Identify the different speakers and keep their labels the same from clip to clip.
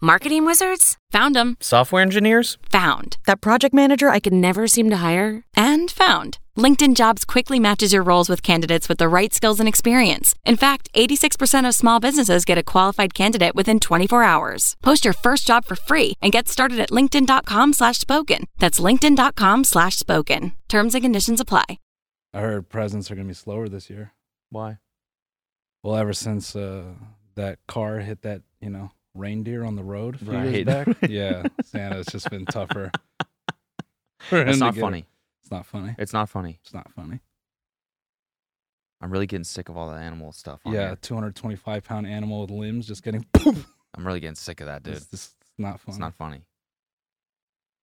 Speaker 1: Marketing wizards? Found them.
Speaker 2: Software engineers?
Speaker 1: Found.
Speaker 3: That project manager I could never seem to hire?
Speaker 1: And found. LinkedIn Jobs quickly matches your roles with candidates with the right skills and experience. In fact, 86% of small businesses get a qualified candidate within 24 hours. Post your first job for free and get started at linkedin.com slash spoken. That's linkedin.com slash spoken. Terms and conditions apply.
Speaker 4: I heard presents are going to be slower this year.
Speaker 2: Why?
Speaker 4: Well, ever since uh, that car hit that, you know, reindeer on the road a few years
Speaker 2: Right.
Speaker 4: back. yeah, Santa's just been tougher. for him
Speaker 2: It's
Speaker 4: to
Speaker 2: not
Speaker 4: get-
Speaker 2: funny.
Speaker 4: It's not funny.
Speaker 2: It's not funny.
Speaker 4: It's not funny.
Speaker 2: I'm really getting sick of all that animal stuff. On
Speaker 4: Yeah,
Speaker 2: here.
Speaker 4: 225 pound animal with limbs just getting.
Speaker 2: I'm really getting sick of that, dude.
Speaker 4: It's,
Speaker 2: It's,
Speaker 4: just not funny.
Speaker 2: not funny.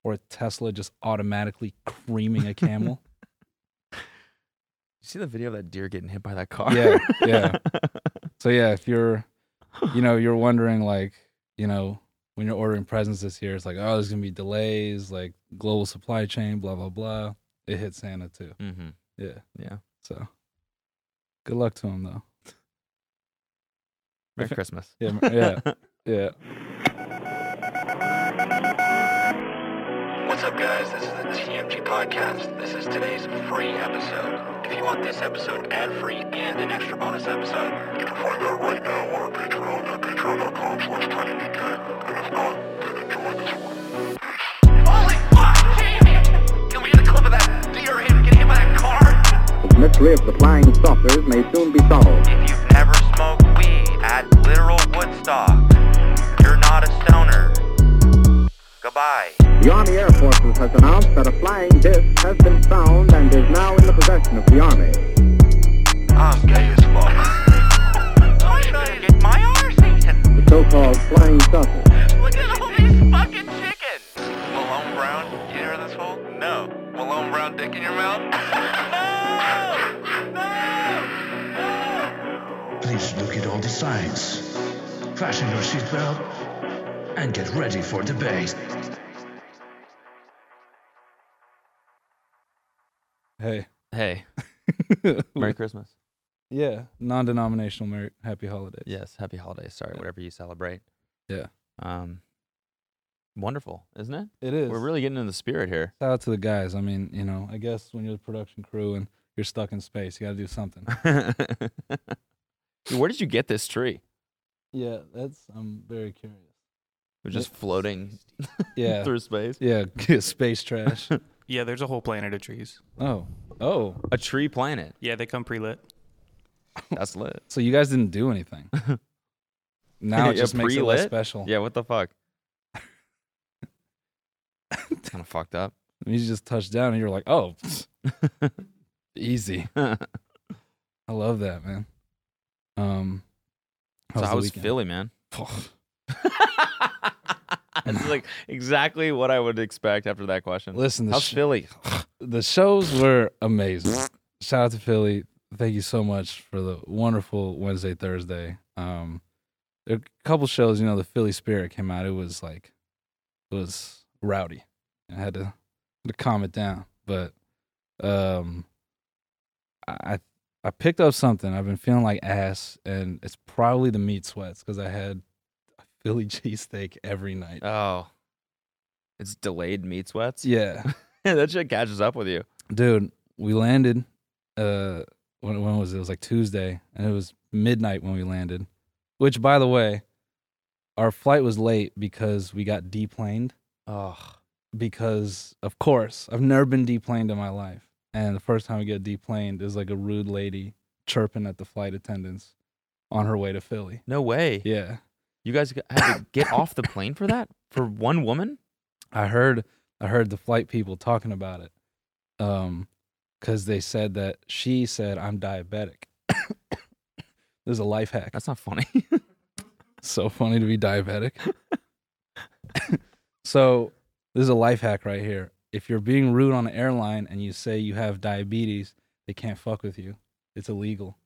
Speaker 4: or a Tesla just automatically creaming a camel.
Speaker 2: You see the video of that deer getting hit by that car?
Speaker 4: Yeah, yeah. so yeah, if you're, you know, you're wondering like, you know, when you're ordering presents this year, it's like, oh, there's gonna be delays, like global supply chain, blah blah blah. It hit Santa too.
Speaker 2: mm-hmm.
Speaker 4: Yeah.
Speaker 2: Yeah.
Speaker 4: So, good luck to him though.
Speaker 2: Merry
Speaker 4: If-
Speaker 2: Christmas.
Speaker 4: Yeah, mer- yeah. Yeah.
Speaker 5: What's up, guys? This is the TMG Podcast. This is today's free episode. If you want this episode ad-free and an extra bonus episode, you can find that right now on our Patreon at patreon.com slash tinydk. And if not, then enjoy this one. Holy fuck, Jamie! Can we get a clip of that deer hit getting hit by that car?
Speaker 6: The mystery of the flying saucers may soon be solved.
Speaker 5: If you've never smoked weed at literal Woodstock, you're not a stoner. Goodbye.
Speaker 6: The Army Air Forces has announced that a flying disc has been found and is now in the possession of the Army.
Speaker 5: I'm gay as fuck. I'm trying to get my arse eaten.
Speaker 6: The so-called flying saucer.
Speaker 5: Look at all these fucking chickens. Malone Brown, you hear this hole? No. Malone Brown dick in your mouth? no! No!
Speaker 7: Please look at all the signs. Fasten your seatbelt and get ready for debate.
Speaker 4: Hey.
Speaker 2: Hey, Merry Christmas.
Speaker 4: yeah. Non-denominational. Merry, happy holidays.
Speaker 2: Yes, Happy Holidays. Sorry,
Speaker 4: Yeah.
Speaker 2: whatever you celebrate.
Speaker 4: Yeah.
Speaker 2: Um, wonderful, isn't it?
Speaker 4: It is.
Speaker 2: We're really getting in the spirit here.
Speaker 4: shout out to the guys. I mean, you know, I guess when you're the production crew and you're stuck in space, you got to do something.
Speaker 2: Dude, where did you get this tree?
Speaker 4: yeah, that's. I'm very curious.
Speaker 2: It was just
Speaker 4: It's-
Speaker 2: floating
Speaker 4: Yeah.
Speaker 2: through space.
Speaker 4: yeah. space trash.
Speaker 8: Yeah, there's a whole planet of trees.
Speaker 4: oh. Oh.
Speaker 2: A tree planet.
Speaker 8: Yeah, they come pre-lit.
Speaker 2: That's lit.
Speaker 4: So you guys didn't do anything. Now it
Speaker 2: Yeah,
Speaker 4: just makes it less
Speaker 2: pre-lit?
Speaker 4: special.
Speaker 2: Yeah, what the fuck? it's kind of fucked up.
Speaker 4: You just touched down and you're like, oh, easy.
Speaker 2: so
Speaker 4: I love that, man. Um.
Speaker 2: I
Speaker 4: the
Speaker 2: was
Speaker 4: weekend?
Speaker 2: Philly, man.
Speaker 4: Phew.
Speaker 2: It's like exactly what I would expect after that question.
Speaker 4: Listen, the,
Speaker 2: How's
Speaker 4: sh-
Speaker 2: Philly?
Speaker 4: the shows were amazing. Shout out to Philly. Thank you so much for the wonderful Wednesday, Thursday. Um, there are a couple shows, you know, the Philly Spirit came out. It was like, it was rowdy. I had to, had to calm it down. But um, I, I picked up something. I've been feeling like ass, and it's probably the meat sweats because I had a Philly cheesesteak every night.
Speaker 2: Oh, it's delayed meat sweats.
Speaker 4: yeah.
Speaker 2: that shit catches up with you.
Speaker 4: dude we landed uh when, when was it? it was like tuesday and it was midnight when we landed which by the way our flight was late because we got deplaned
Speaker 2: Oh,
Speaker 4: because of course i've never been deplaned in my life and the first time we get deplaned is like a rude lady chirping at the flight attendants on her way to philly
Speaker 2: no way.
Speaker 4: yeah
Speaker 2: You guys g- had to get off the plane for that? For one woman?
Speaker 4: I heard I heard the flight people talking about it. Um cuz they said that she said I'm diabetic. There's a life hack.
Speaker 2: That's not funny.
Speaker 4: so funny to be diabetic. so this is a life hack right here. If you're being rude on an airline and you say you have diabetes, they can't fuck with you. It's illegal.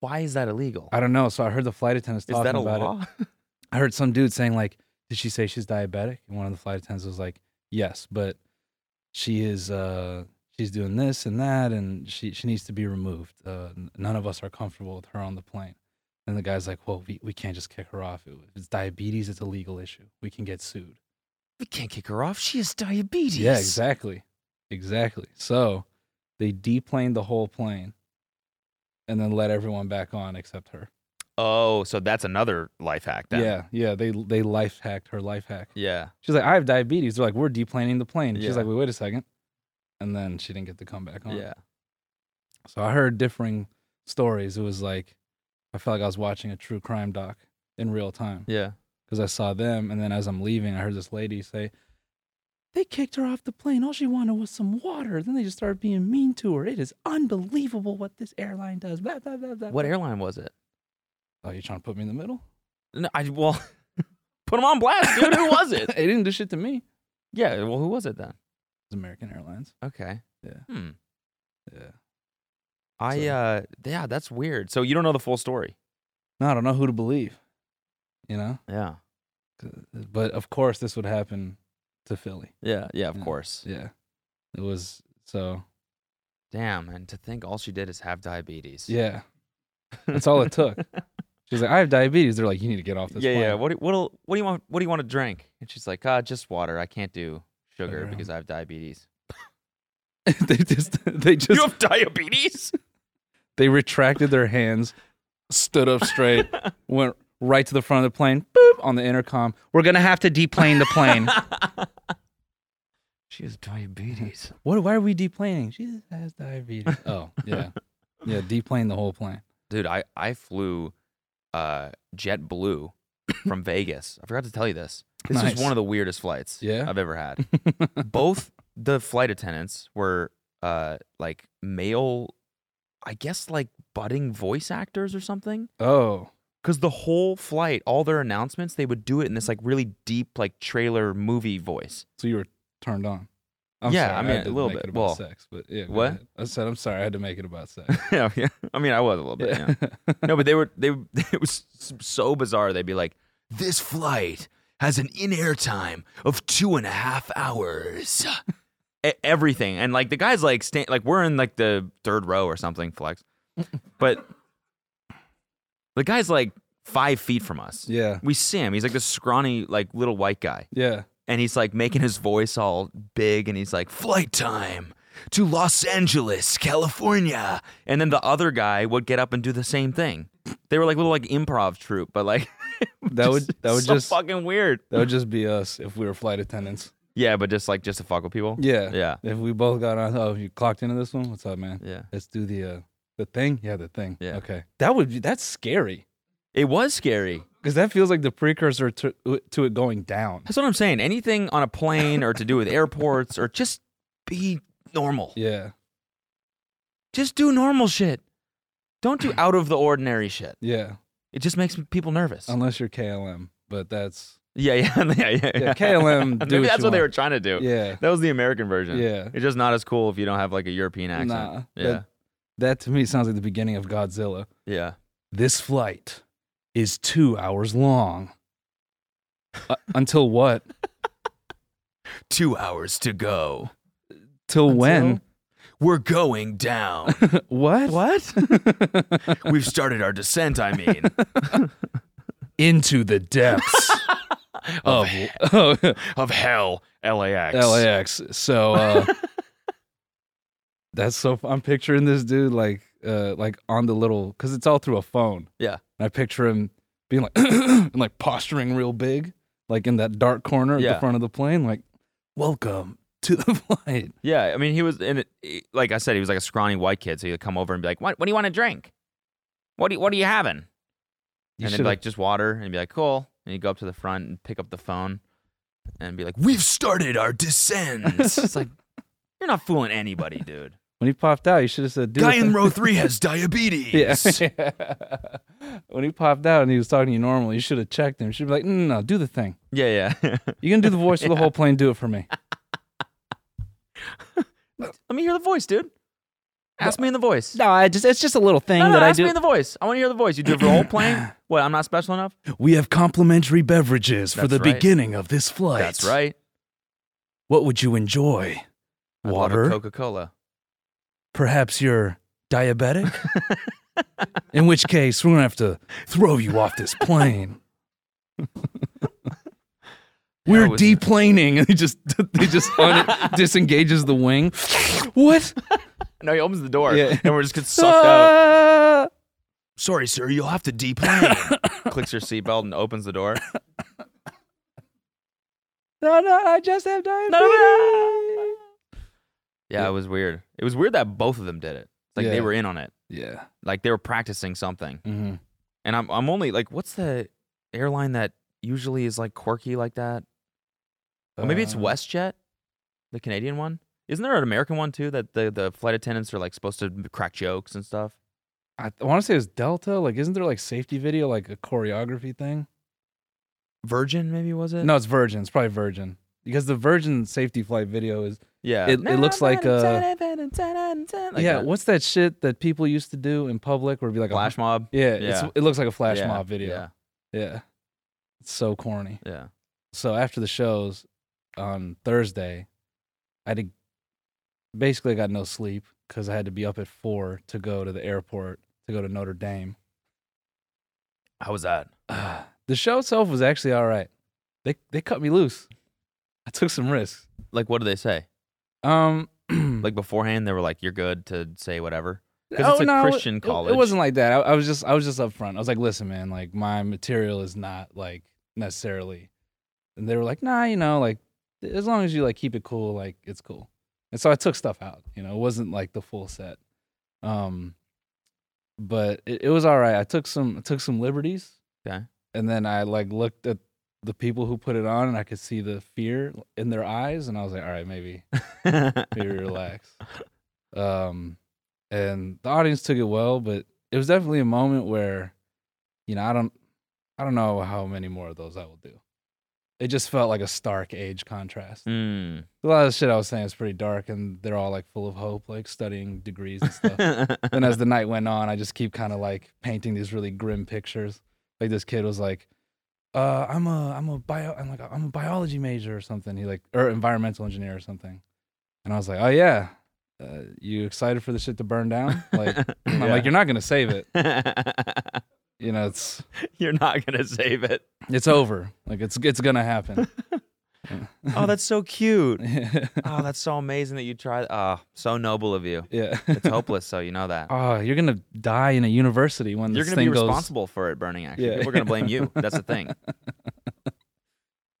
Speaker 2: Why is that illegal?
Speaker 4: I don't know. So I heard the flight attendants
Speaker 2: Is
Speaker 4: talking
Speaker 2: that a
Speaker 4: about it.
Speaker 2: law?
Speaker 4: I heard some dude saying like, "Did she say she's diabetic?" And one of the flight attendants was like, "Yes, but she is uh she's doing this and that, and she she needs to be removed. Uh, n- none of us are comfortable with her on the plane." And the guy's like, "Well, we, we can't just kick her off. It, it's diabetes. It's a legal issue. We can get sued."
Speaker 2: We can't kick her off. She has diabetes.
Speaker 4: Yeah, exactly. Exactly. So they deplaned the whole plane and then let everyone back on except her.
Speaker 2: Oh, so that's another life hack. Then.
Speaker 4: Yeah, yeah. They they life hacked her life hack.
Speaker 2: Yeah.
Speaker 4: She's like, I have diabetes. They're like, we're deplaning the plane.
Speaker 2: Yeah.
Speaker 4: She's like, wait, wait a second. And then she didn't get to come back on.
Speaker 2: Yeah.
Speaker 4: So I heard differing stories. It was like I felt like I was watching a true crime doc in real time.
Speaker 2: Yeah.
Speaker 4: because I saw them. And then as I'm leaving, I heard this lady say, They kicked her off the plane. All she wanted was some water. Then they just started being mean to her. It is unbelievable what this airline does. Blah, blah, blah, blah.
Speaker 2: What
Speaker 4: blah."
Speaker 2: airline was it?
Speaker 4: Oh, you're trying to put me in the middle?
Speaker 2: No, I well, put him on blast, dude. Who was it?
Speaker 4: they didn't do shit to me. It
Speaker 2: yeah. Well, who was it then?
Speaker 4: was American Airlines.
Speaker 2: Okay.
Speaker 4: Yeah.
Speaker 2: Hmm.
Speaker 4: Yeah.
Speaker 2: I
Speaker 4: So-
Speaker 2: uh yeah, that's weird. So you don't know the full story.
Speaker 4: No, I don't know who to believe, you know?
Speaker 2: Yeah.
Speaker 4: But of course, this would happen to Philly.
Speaker 2: Yeah. Yeah. Of
Speaker 4: Yeah.
Speaker 2: course.
Speaker 4: Yeah. It was so,
Speaker 2: Damn. And to think all she did is have diabetes.
Speaker 4: yeah. That's all it took. She's like, I have diabetes. They're like, you need to get off this
Speaker 2: yeah.
Speaker 4: plane.
Speaker 2: Yeah. What do, what what do you want? What do you want to drink? And she's like, ah, just water. I can't do sugar
Speaker 4: Sugar,
Speaker 2: because I have diabetes.
Speaker 4: they just, they just,
Speaker 2: have diabetes?
Speaker 4: They retracted their hands, stood up straight, went right to the front of the plane, boop, on the intercom. We're going to have to deplane the plane.
Speaker 2: she has diabetes.
Speaker 4: what, why are we deplaning? She just has diabetes. Oh, yeah. Yeah, deplane the whole plane.
Speaker 2: Dude, I I flew uh JetBlue from Vegas. I forgot to tell you this. This
Speaker 4: Nice.
Speaker 2: was one of the weirdest flights
Speaker 4: Yeah?
Speaker 2: I've ever had. both the flight attendants were uh like male i guess like budding voice actors or something
Speaker 4: oh,
Speaker 2: because the whole flight all their announcements they would do it in this like really deep like trailer movie voice
Speaker 4: so you were turned on. I'm
Speaker 2: Yeah,
Speaker 4: sorry,
Speaker 2: I mean,
Speaker 4: had to
Speaker 2: a little
Speaker 4: make
Speaker 2: bit.
Speaker 4: It about
Speaker 2: Well,
Speaker 4: sex, but yeah, go
Speaker 2: what?
Speaker 4: ahead. I said, I'm sorry, I had to make it about sex.
Speaker 2: yeah, yeah i mean i was a little bit yeah. no but they were they it was so bizarre they'd be like this flight has an in-air time of two and a half hours E- everything and like the guys like stand like we're in like the third row or something flex but the guy's like five feet from us
Speaker 4: yeah.
Speaker 2: we see him he's like this scrawny like little white guy
Speaker 4: Yeah.
Speaker 2: and he's like making his voice all big and he's like flight time to Los Angeles, California. And then the other guy would get up and do the same thing. They were like little like improv troupe, but like
Speaker 4: That would that would
Speaker 2: so
Speaker 4: just
Speaker 2: fucking weird.
Speaker 4: that would just be us if we were flight attendants.
Speaker 2: Yeah, but just like just to fuck with people.
Speaker 4: Yeah.
Speaker 2: Yeah.
Speaker 4: If we both got on oh, you clocked into this one? What's up, man?
Speaker 2: Yeah.
Speaker 4: Let's do the uh the thing. Yeah, the thing.
Speaker 2: Yeah.
Speaker 4: Okay. That would be that's scary
Speaker 2: It was scary.
Speaker 4: because that feels like the precursor to to it going down.
Speaker 2: That's what I'm saying. Anything on a plane or to do with airports or just be normal.
Speaker 4: Yeah.
Speaker 2: Just do normal shit. Don't do out of the ordinary shit.
Speaker 4: Yeah.
Speaker 2: It just makes people nervous.
Speaker 4: Unless you're KLM, but that's
Speaker 2: Yeah, yeah, yeah, yeah.
Speaker 4: Yeah, KLM,
Speaker 2: Maybe
Speaker 4: do what
Speaker 2: that's
Speaker 4: you
Speaker 2: what they
Speaker 4: want.
Speaker 2: were trying to do.
Speaker 4: yeah.
Speaker 2: That was the American version.
Speaker 4: Yeah.
Speaker 2: It's just not as cool if you don't have like a European accent.
Speaker 4: Nah.
Speaker 2: Yeah.
Speaker 4: That, that to me sounds like the beginning of Godzilla.
Speaker 2: yeah.
Speaker 4: This flight is 2 hours long. Uh, until what?
Speaker 2: Two hours to go.
Speaker 4: Till when?
Speaker 2: We're going down.
Speaker 4: What? What?
Speaker 2: We've started our descent, I mean,
Speaker 4: Into the depths of of
Speaker 2: of hell, LAX.
Speaker 4: LAX. So uh, that's so. I'm picturing this dude like uh, like on the little because it's all through a phone.
Speaker 2: Yeah.
Speaker 4: and I picture him being like and like posturing real big, like in that dark corner at
Speaker 2: Yeah.
Speaker 4: the front of the plane, like welcome to the flight.
Speaker 2: Yeah. I mean, he was, in it, he- like I said, he was like a scrawny white kid. So he'd come over and be like, what, what do you want to drink? What, do you, what are you having? and
Speaker 4: You
Speaker 2: then
Speaker 4: should've-
Speaker 2: like just water and be like cool and you go up to the front and pick up the phone and be like we've started our descent it's like you're not fooling anybody dude
Speaker 4: when he popped out, you should have said, "Dude,
Speaker 2: guy
Speaker 4: what
Speaker 2: in
Speaker 4: the-"
Speaker 2: row three has diabetes
Speaker 4: Yeah. when he popped out and he was talking to you normal, you should have checked him. You should be like, no, no, no, do the thing.
Speaker 2: yeah yeah
Speaker 4: You can do the voice of the whole plane. Do it for me.
Speaker 2: let me hear the voice dude ask me in the voice
Speaker 4: No, I just it's just a little thing
Speaker 2: no, no,
Speaker 4: that I
Speaker 2: ask
Speaker 4: do.
Speaker 2: me in the voice. I want to hear the voice. You do it for the whole plane? What, I'm not special enough?
Speaker 4: We have complimentary beverages for
Speaker 2: That's
Speaker 4: the
Speaker 2: right.
Speaker 4: beginning of this flight.
Speaker 2: That's right.
Speaker 4: What would you enjoy?
Speaker 2: I'd love a
Speaker 4: Water,
Speaker 2: Coca-Cola.
Speaker 4: Perhaps you're diabetic? In which case, we're going to have to throw you off this plane. We're
Speaker 2: That was-
Speaker 4: deplaning, and he just he just un- disengages the wing. What?
Speaker 2: No, he opens the door,
Speaker 4: Yeah.
Speaker 2: and we're just gets sucked out. Sorry, sir, you'll have to deplane. Clicks her seatbelt and opens the door.
Speaker 4: No, no, I just have diabetes.
Speaker 2: Yeah,
Speaker 4: Yeah.
Speaker 2: it was weird. It was weird that both of them did it. It's Like
Speaker 4: Yeah.
Speaker 2: they were in on it.
Speaker 4: Yeah.
Speaker 2: Like they were practicing something.
Speaker 4: Mm-hmm.
Speaker 2: And I'm I'm only like, what's the airline that usually is like quirky like that? Or maybe
Speaker 4: Uh,
Speaker 2: it's WestJet, the Canadian one. Isn't there an American one too that the, the flight attendants are like supposed to crack jokes and stuff?
Speaker 4: I, want to say it's Delta. Like, isn't there like safety video, like a choreography thing?
Speaker 2: Virgin maybe was it?
Speaker 4: No, it's Virgin. It's probably Virgin because the Virgin safety flight video is.
Speaker 2: Yeah.
Speaker 4: it- it looks like, uh,
Speaker 2: Like
Speaker 4: yeah,
Speaker 2: that.
Speaker 4: what's that shit that people used to do in public where it'd be like
Speaker 2: flash
Speaker 4: a,
Speaker 2: mob.
Speaker 4: Yeah, It's,
Speaker 2: Yeah.
Speaker 4: it looks like a flash
Speaker 2: Yeah,
Speaker 4: mob video.
Speaker 2: Yeah.
Speaker 4: yeah, it's so corny.
Speaker 2: Yeah.
Speaker 4: so after the shows on Thursday, I had to, basically I got no sleep because I had to be up at four to go to the airport to go to Notre Dame.
Speaker 2: How was that?
Speaker 4: the show itself was actually all right. They they cut me loose. I took some risks.
Speaker 2: Like what do they say?
Speaker 4: Um,
Speaker 2: Like beforehand they were like, You're good to say whatever. 'cause
Speaker 4: oh,
Speaker 2: it's a
Speaker 4: no, it-
Speaker 2: Christian
Speaker 4: it- It,
Speaker 2: college.
Speaker 4: wasn't like that. I, I was just I was just upfront. I was like, listen, man, like my material is not like necessarily. And they were like, nah, you know, like as long as you like keep it cool, like it's cool. And so I took stuff out. You know, it wasn't like the full set. Um, but it, it was all right. I took some I took some liberties.
Speaker 2: Okay.
Speaker 4: And then I like looked at the people who put it on, and I could see the fear in their eyes, and I was like, all right, maybe
Speaker 2: Hmm.
Speaker 4: maybe relax. Um, and the audience took it well, but it was definitely a moment where, you know, I don't, I don't know how many more of those I will do. It just felt like a stark age contrast.
Speaker 2: Mm.
Speaker 4: A lot of the shit I was saying was pretty dark, and they're all like full of hope, like studying degrees and stuff. and as the night went on, I just keep kind of like painting these really grim pictures. Like this kid was like, uh, "I'm a I'm a bio I'm like a, I'm a biology major or something." He like or environmental engineer or something. And I was like, "Oh yeah, uh, you excited for the shit to burn down?" Like I'm
Speaker 2: Yeah.
Speaker 4: like, "You're not gonna save it. You know, it's
Speaker 2: You're not gonna save it.
Speaker 4: it's over. Like it's it's gonna happen."
Speaker 2: Oh, that's so cute.
Speaker 4: yeah.
Speaker 2: Oh, that's so amazing that you tried. Oh, so noble of you. It's hopeless, so you know that.
Speaker 4: oh, you're gonna die in a university when
Speaker 2: You're
Speaker 4: this
Speaker 2: going to be
Speaker 4: thing goes.
Speaker 2: responsible for it burning, actually.
Speaker 4: Yeah.
Speaker 2: People are going to blame you. That's the thing.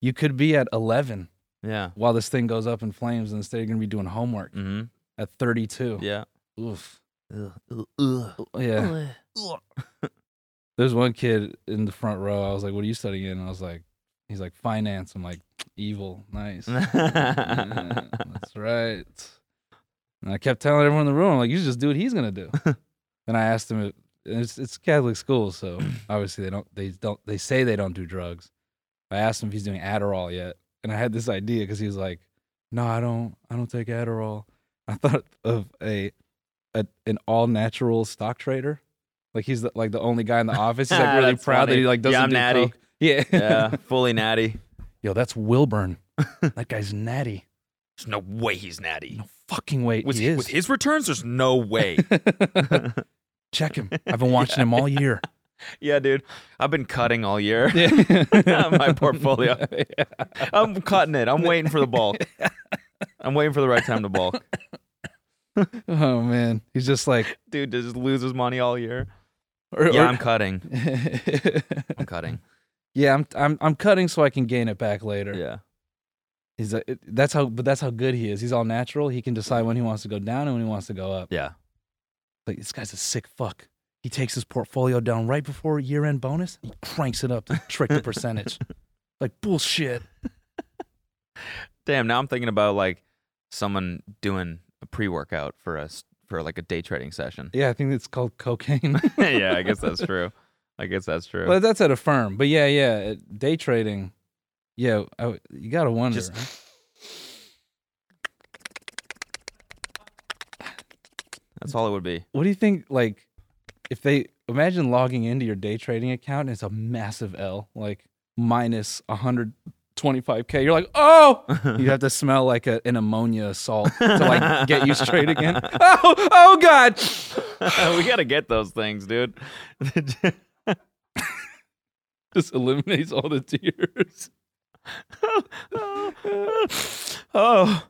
Speaker 4: You could be at 11
Speaker 2: Yeah.
Speaker 4: while this thing goes up in flames, and instead you're gonna be doing homework
Speaker 2: Mm
Speaker 4: at 32.
Speaker 2: hmm. Yeah.
Speaker 4: Oof.
Speaker 2: Ugh, ugh, ugh,
Speaker 4: Yeah.
Speaker 2: ugh.
Speaker 4: There's one kid in the front row. I was like, "What are you studying?" in?" And I was like, "He's like finance." I'm like, "Evil, nice." Yeah, that's right. And I kept telling everyone in the room, I'm like, "You should just do what he's gonna do." and I asked him, if, and it's it's Catholic school, so obviously they don't they don't they say they don't do drugs. I asked him if he's doing Adderall yet, and I had this idea because he was like, "No, I don't. I don't take Adderall." I thought of a, a an all natural stock trader. Like he's the, like the only guy in the office. He's like really
Speaker 2: That's
Speaker 4: proud that
Speaker 2: funny.
Speaker 4: he like
Speaker 2: Yeah,
Speaker 4: doesn't
Speaker 2: I'm
Speaker 4: do
Speaker 2: natty.
Speaker 4: coke. Yeah.
Speaker 2: yeah. Fully natty.
Speaker 4: Yo, that's Wilburn. that guy's natty.
Speaker 2: There's no way he's natty.
Speaker 4: No fucking way
Speaker 2: With,
Speaker 4: he is.
Speaker 2: with his returns, there's no way.
Speaker 4: Check him. I've been watching him all year.
Speaker 2: yeah, dude. I've been cutting all year.
Speaker 4: Yeah.
Speaker 2: My portfolio. I'm cutting it. I'm waiting for the bulk. I'm waiting for the right time to bulk.
Speaker 4: Oh man, he's just like.
Speaker 2: Dude just loses money all year.
Speaker 4: or-
Speaker 2: Yeah,
Speaker 4: or-
Speaker 2: I'm cutting. I'm cutting.
Speaker 4: yeah, I'm I'm I'm cutting so I can gain it back later.
Speaker 2: Yeah.
Speaker 4: He's a, it, that's how, but that's how good he is. He's all natural. He can decide when he wants to go down and when he wants to go up.
Speaker 2: Yeah.
Speaker 4: Like this guy's a sick fuck. He takes his portfolio down right before year-end bonus. He cranks it up to trick the percentage. like bullshit.
Speaker 2: Damn, now I'm thinking about like someone doing a pre-workout for us for like a day trading session.
Speaker 4: Yeah, I think it's called cocaine.
Speaker 2: yeah, I guess that's true. I guess that's true.
Speaker 4: Well, that's at a firm, but yeah, yeah, it- day trading. Yeah, I w you gotta wonder.
Speaker 2: Just-
Speaker 4: huh?
Speaker 2: that's all it would be.
Speaker 4: What do you think? Like, if they imagine logging into your day trading account, and it's a massive L, like minus 120 25k. You're like, oh, you have to smell like a, an ammonia salt to like get you straight again. Oh, oh god.
Speaker 2: we gotta get those things, dude.
Speaker 4: Just eliminates all the tears.
Speaker 2: oh,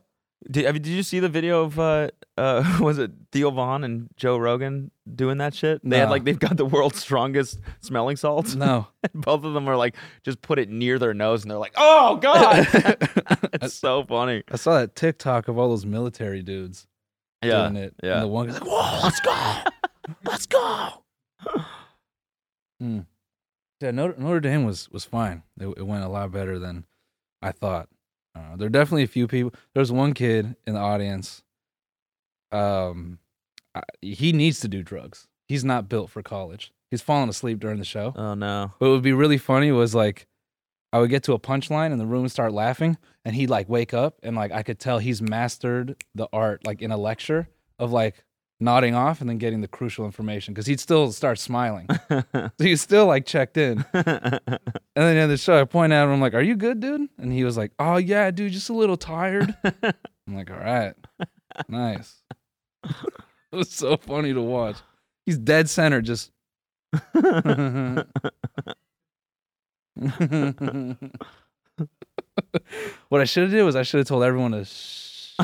Speaker 2: did, I mean, did you see the video of uh, uh, was it Theo Vaughn and Joe Rogan doing that shit? They had
Speaker 4: No.
Speaker 2: like they've got the world's strongest smelling salts.
Speaker 4: No.
Speaker 2: Both of them are like just put it near their nose, and they're like, "Oh God, it's so funny."
Speaker 4: I saw that TikTok of all those military dudes
Speaker 2: Yeah,
Speaker 4: doing it.
Speaker 2: yeah.
Speaker 4: And the one guy's like, whoa, let's go. let's go. Mm. Yeah, Notre, Notre Dame was, was fine. It, it went a lot better than I thought. Uh, there are definitely a few people. There's one kid in the audience. Um, I, he needs to do drugs. He's not built for college. He's falling asleep during the show.
Speaker 2: Oh no.
Speaker 4: What would be really funny was like I would get to a punchline and the room would start laughing and he'd like wake up and like I could tell he's mastered the art like in a lecture of like nodding off and then getting the crucial information because he'd still start smiling. so he's still like checked in. And then at the show I point out I'm like, Are you good, dude? And he was like, Oh yeah, dude, just a little tired. I'm like, All right. Nice. it was so funny to watch. He's dead center, just what I should have did was I should have told everyone to shh.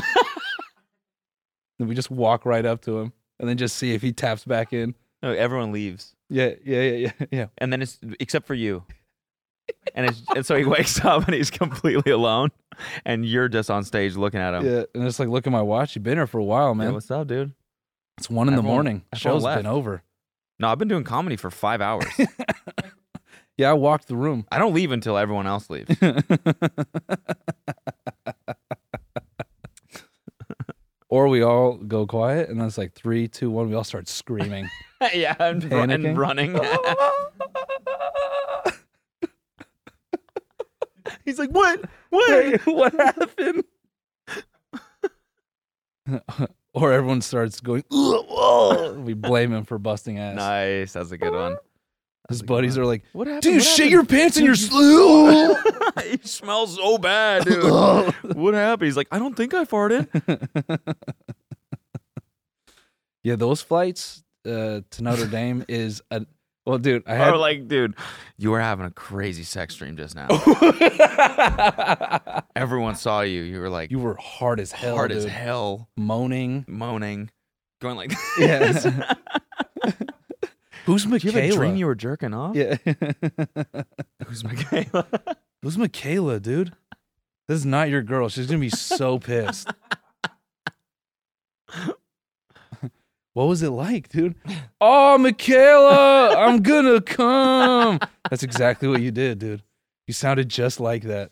Speaker 4: then we just walk right up to him and then just see if he taps back in.
Speaker 2: no, everyone leaves,
Speaker 4: Yeah, yeah, yeah, yeah, yeah.
Speaker 2: and then it's except for you. And, it's, and so he wakes up and he's completely alone, and you're just on stage looking at him.
Speaker 4: yeah. And it's like, look at my watch. You've been here for a while,
Speaker 2: Yeah,
Speaker 4: man.
Speaker 2: what's up, dude?
Speaker 4: it's one in the
Speaker 2: everyone-
Speaker 4: morning.
Speaker 2: everyone
Speaker 4: Show's
Speaker 2: left.
Speaker 4: been over.
Speaker 2: No, I've been doing comedy for five hours.
Speaker 4: Yeah, I walked the room.
Speaker 2: I don't leave until everyone else leaves.
Speaker 4: or we all go quiet, and then it's like three, two, one. We all start screaming.
Speaker 2: yeah, and, ru- and
Speaker 4: Panicking?
Speaker 2: running. He's like, what? What?
Speaker 4: what happened? or everyone starts going. "Ugh, whoa." we blame him for busting ass.
Speaker 2: Nice. That's a good one.
Speaker 4: His buddies are like,
Speaker 2: What happened?
Speaker 4: "Dude,
Speaker 2: What
Speaker 4: shit your pants and your sleeve."
Speaker 2: happened? you smell so bad, dude. what happened? He's like, I don't think I farted.
Speaker 4: yeah, those flights uh, to Notre Dame is a well, dude. I had
Speaker 2: or like, dude, you were having a crazy sex dream just now. everyone saw you. You were like
Speaker 4: you were hard as hell,
Speaker 2: hard as
Speaker 4: dude.
Speaker 2: hell,
Speaker 4: moaning.
Speaker 2: moaning, going like,
Speaker 4: Yes. Who's
Speaker 2: Did you
Speaker 4: Michaela?
Speaker 2: have a dream you were jerking off?
Speaker 4: yeah.
Speaker 2: Who's Michaela?
Speaker 4: Who's Michaela, dude? This is not your girl. She's gonna be so pissed. what was it like, dude? Oh, Michaela, I'm gonna come. That's exactly what you did, dude. You sounded just like that.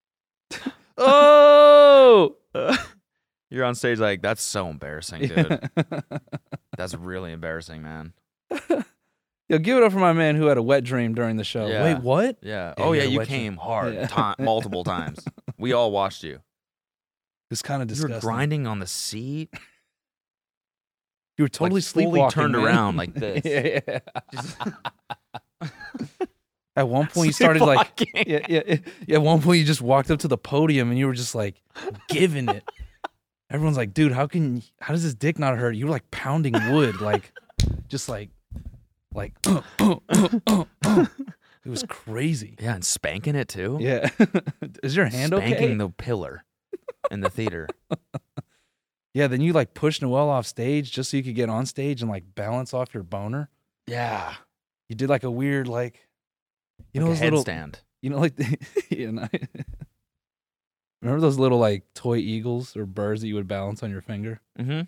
Speaker 2: oh! You're on stage like, that's so embarrassing, dude. that's really embarrassing, man.
Speaker 4: Yo, give it up for my man who had a wet dream during the show.
Speaker 2: Yeah.
Speaker 4: Wait, what?
Speaker 2: Yeah.
Speaker 4: Yeah,
Speaker 2: oh,
Speaker 4: you
Speaker 2: yeah,
Speaker 4: gotta
Speaker 2: you
Speaker 4: watch it.
Speaker 2: came hard
Speaker 4: Yeah.
Speaker 2: ti- multiple times. We all watched you.
Speaker 4: It's kind of
Speaker 2: You
Speaker 4: disgusting.
Speaker 2: were grinding on the seat.
Speaker 4: You were totally
Speaker 2: like, fully
Speaker 4: sleepwalking.
Speaker 2: turned
Speaker 4: man.
Speaker 2: around like this.
Speaker 4: yeah, yeah. At one point, you started like
Speaker 2: Sleepwalking.
Speaker 4: yeah, yeah, yeah, yeah. At one point, you just walked up to the podium and you were just like giving it. Everyone's like, "Dude, how can how does this dick not hurt?" You were like pounding wood, like just like like it was crazy.
Speaker 2: Yeah, and spanking it too.
Speaker 4: Yeah, is your hand
Speaker 2: spanking
Speaker 4: okay?
Speaker 2: the pillar in the theater.
Speaker 4: yeah, then you like pushed Noel off stage just so you could get on stage and like balance off your boner.
Speaker 2: yeah.
Speaker 4: You did like a weird like you know
Speaker 2: like
Speaker 4: those
Speaker 2: a
Speaker 4: little
Speaker 2: headstand.
Speaker 4: you know like you know remember those little like toy eagles or birds that you would balance on your finger
Speaker 2: Mm-hmm.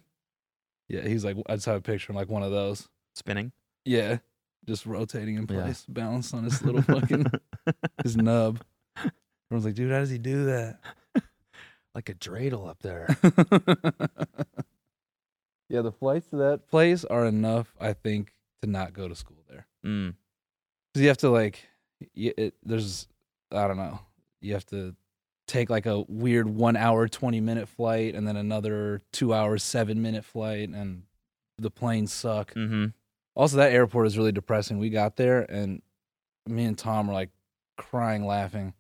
Speaker 4: yeah he's like i just have a picture of like one of those
Speaker 2: Spinning.
Speaker 4: yeah just rotating in
Speaker 2: Yeah.
Speaker 4: place balanced on his little fucking his nub everyone's like dude how does he do that
Speaker 2: like a dreidel up there.
Speaker 4: yeah the flights to that place are enough i think to not go to school there
Speaker 2: Mm.
Speaker 4: Cause you have to like, y it, there's, I don't know, you have to take like a weird one hour twenty minute flight and then another two hour seven minute flight, and the planes suck.
Speaker 2: Mm-hmm.
Speaker 4: Also, that airport is really depressing. We got there and me and Tom were like crying, laughing.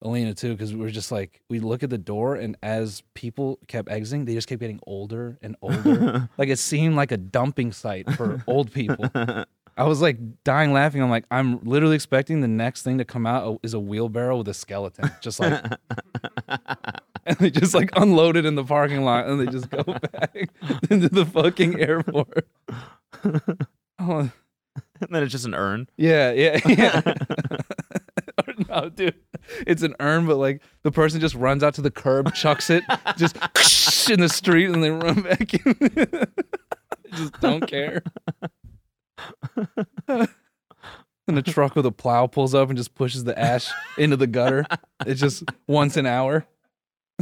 Speaker 4: Alina too, because we were just like we look at the door, and as people kept exiting, they just kept getting older and older. like it seemed like a dumping site for old people. I was like dying laughing. I'm like, I'm literally expecting the next thing to come out oh, is a wheelbarrow with a skeleton, just like, and they just like unload it in the parking lot, and they just go back into the fucking airport. Oh,
Speaker 2: and then it's just an urn.
Speaker 4: yeah, yeah, yeah. Or no, dude, it's an urn, but like the person just runs out to the curb, chucks it, just in the street, and they run back in. just don't care. and a truck with a plow pulls up and just pushes the ash into the gutter. It's just once an hour.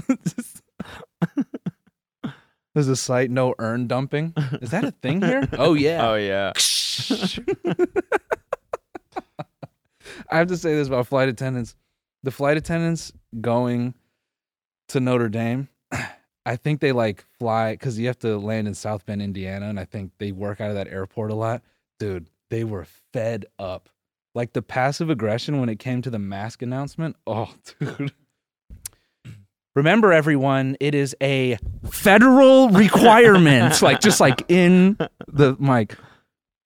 Speaker 4: Just- There's a site, no urn dumping. Is that a thing here? Oh yeah.
Speaker 2: Oh yeah.
Speaker 4: I have to say this about flight attendants. The flight attendants going to Notre Dame, I think they like fly because you have to land in South Bend, Indiana, and I think they work out of that airport a lot. Dude, they were fed up. Like the passive aggression when it came to the mask announcement. Oh, dude. Remember, everyone, it is a federal requirement. like just like in the mic,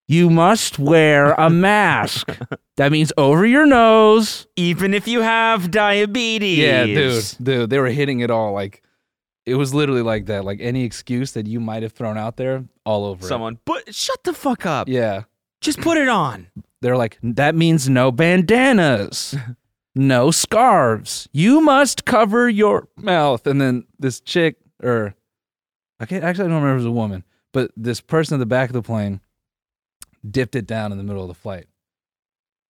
Speaker 4: you must wear a mask. That means over your nose.
Speaker 2: Even if you have diabetes.
Speaker 4: Yeah, dude, dude, they were hitting it all. Like it was literally like that. Like any excuse that you might have thrown out there, all over. it.
Speaker 2: Someone, but shut the fuck up.
Speaker 4: Yeah,
Speaker 2: Just put it on.
Speaker 4: they're like that means no bandanas, no scarves. You must cover your mouth. And then this chick, or I can't actually I don't remember if it was a woman, but this person at the back of the plane dipped it down in the middle of the flight.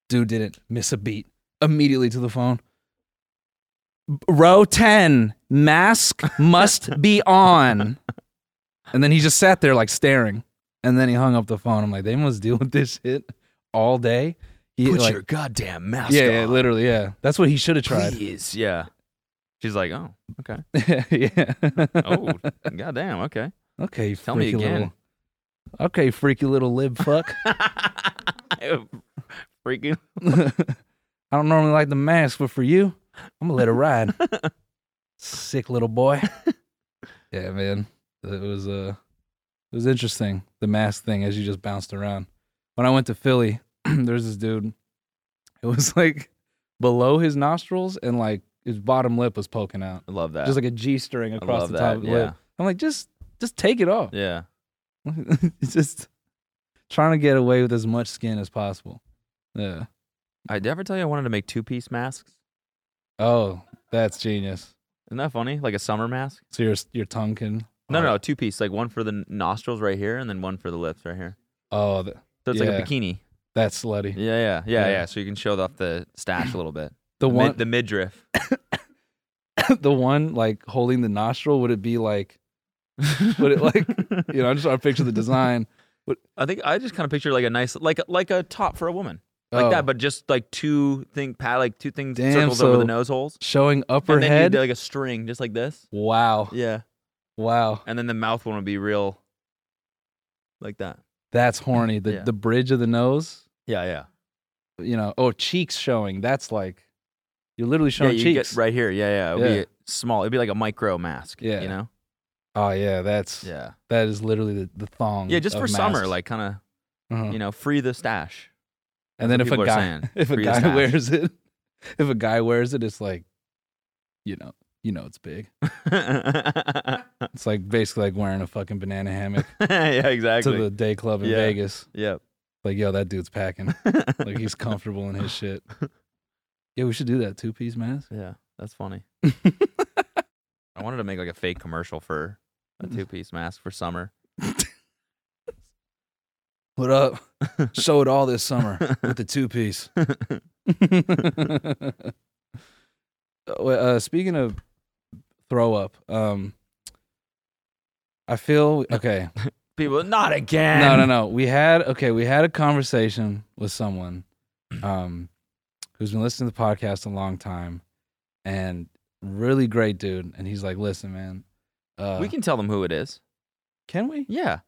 Speaker 4: Dude didn't miss a beat. Immediately to the phone. Row 10, mask must be on. And then he just sat there like staring. And then he hung up the phone. I'm like, they must deal with this shit all day. He,
Speaker 2: Put
Speaker 4: like-
Speaker 2: your goddamn mask
Speaker 4: yeah,
Speaker 2: on.
Speaker 4: yeah, literally, yeah. That's what he should have tried.
Speaker 2: Please. Yeah. She's like, oh, okay.
Speaker 4: yeah.
Speaker 2: Oh, goddamn. Okay.
Speaker 4: Okay, you
Speaker 2: Tell me
Speaker 4: freaky
Speaker 2: again.
Speaker 4: little- okay, freaky little lib fuck.
Speaker 2: Freaking.
Speaker 4: I don't normally like the mask, but for you, I'm gonna let it ride. Sick little boy. yeah, man. It was uh it was interesting, the mask thing as you just bounced around. When I went to Philly, there's this dude. It was like below his nostrils and like his bottom lip was poking out.
Speaker 2: I love that.
Speaker 4: Just like a G string across
Speaker 2: love
Speaker 4: the top
Speaker 2: that,
Speaker 4: of the lip.
Speaker 2: yeah.
Speaker 4: I'm like, just just take it off.
Speaker 2: yeah.
Speaker 4: It's just trying to get away with as much skin as possible. Yeah.
Speaker 2: I did I ever tell you I wanted to make two piece masks.
Speaker 4: Oh, that's genius.
Speaker 2: Isn't that funny? Like a summer mask.
Speaker 4: So your your tongue can.
Speaker 2: No, no, two piece. Like one for the n- nostrils right here, and then one for the lips right here.
Speaker 4: Oh, th-
Speaker 2: So it's like
Speaker 4: Yeah.
Speaker 2: a bikini.
Speaker 4: that's slutty.
Speaker 2: Yeah, yeah, yeah,
Speaker 4: Yeah.
Speaker 2: yeah, So you can show off the stash a little bit.
Speaker 4: The
Speaker 2: mid-
Speaker 4: one,
Speaker 2: the midriff.
Speaker 4: the one like holding the nostril. Would it be like? Would it like? you know, I'm just trying to picture the design.
Speaker 2: I think I just kind of picture like a nice, like like a top for a woman, like
Speaker 4: Oh,
Speaker 2: that, but just like two thing, pa- like two things
Speaker 4: Damn,
Speaker 2: circles over
Speaker 4: so
Speaker 2: the nose holes,
Speaker 4: showing upper
Speaker 2: and then you
Speaker 4: head.
Speaker 2: do like a string, just like this.
Speaker 4: wow,
Speaker 2: Yeah,
Speaker 4: wow,
Speaker 2: and then the mouth one would be real, like that.
Speaker 4: that's horny. The
Speaker 2: Yeah.
Speaker 4: the bridge of the nose.
Speaker 2: Yeah, yeah.
Speaker 4: You know, oh, cheeks showing. That's like, you're literally
Speaker 2: yeah,
Speaker 4: showing
Speaker 2: you
Speaker 4: cheeks.
Speaker 2: get right here. Yeah, yeah. It would
Speaker 4: Yeah.
Speaker 2: be small. It'd be like a micro mask.
Speaker 4: Yeah.
Speaker 2: you know.
Speaker 4: Oh yeah, that's
Speaker 2: Yeah,
Speaker 4: that is literally the, the thong.
Speaker 2: yeah. Just
Speaker 4: Mm, of
Speaker 2: for summer,
Speaker 4: masks.
Speaker 2: like kind of
Speaker 4: Uh-huh.
Speaker 2: you know, free the stash.
Speaker 4: And then
Speaker 2: what
Speaker 4: if a
Speaker 2: people are
Speaker 4: guy
Speaker 2: saying.
Speaker 4: if a
Speaker 2: Free the
Speaker 4: guy
Speaker 2: stash.
Speaker 4: wears it, if a guy wears it, it's like, you know, you know, it's big.
Speaker 2: yeah,
Speaker 4: It's like basically like wearing a fucking banana hammock
Speaker 2: exactly.
Speaker 4: to the day club in
Speaker 2: Yeah.
Speaker 4: Vegas.
Speaker 2: yeah.
Speaker 4: Like, yo, that dude's packing. like he's comfortable in his shit. Yeah, we should do that two piece mask.
Speaker 2: Yeah, that's funny. I wanted to make like a fake commercial for a
Speaker 4: Mm.
Speaker 2: two piece mask for summer.
Speaker 4: What up? Show it all this summer with the two piece. uh, uh, speaking of throw up, um, I feel okay.
Speaker 2: People, not again.
Speaker 4: No, no, no. We had okay. We had a conversation with someone, um, who's been listening to the podcast a long time, and really great dude. And he's like, "Listen, man, uh,
Speaker 2: We can tell them who it is.
Speaker 4: can we?
Speaker 2: Yeah,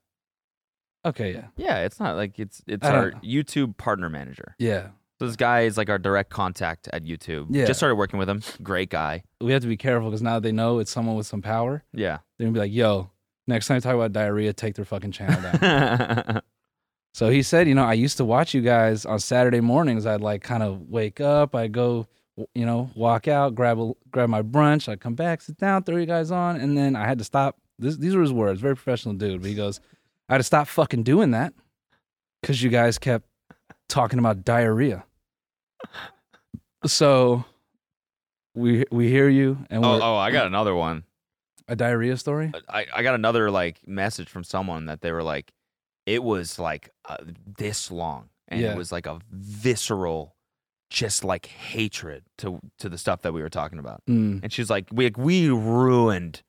Speaker 4: Okay, yeah,
Speaker 2: yeah. It's not like it's it's
Speaker 4: I don't
Speaker 2: our
Speaker 4: know.
Speaker 2: YouTube partner manager.
Speaker 4: yeah.
Speaker 2: So this guy is like our direct contact at YouTube.
Speaker 4: Yeah.
Speaker 2: Just started working with him. Great guy.
Speaker 4: We have to be careful because now they know it's someone with some power.
Speaker 2: Yeah.
Speaker 4: They're gonna be like, "Yo, next time you talk about diarrhea, take their fucking channel down." So he said, you know, I used to watch you guys on Saturday mornings. I'd like kind of wake up, I'd go, w- you know, walk out, grab a, grab my brunch, I'd come back, sit down, throw you guys on, and then I had to stop. This, these were his words, very professional dude. But he goes, I had to stop fucking doing that because you guys kept talking about diarrhea. So we we hear you and
Speaker 2: oh,
Speaker 4: we're-
Speaker 2: oh, I got another one.
Speaker 4: a diarrhea story.
Speaker 2: I, I got another like message from someone that they were like, it was like uh, this long, and
Speaker 4: Yeah.
Speaker 2: it was like a visceral, just like hatred to to the stuff that we were talking about.
Speaker 4: Mm.
Speaker 2: And she's like, we like, we ruined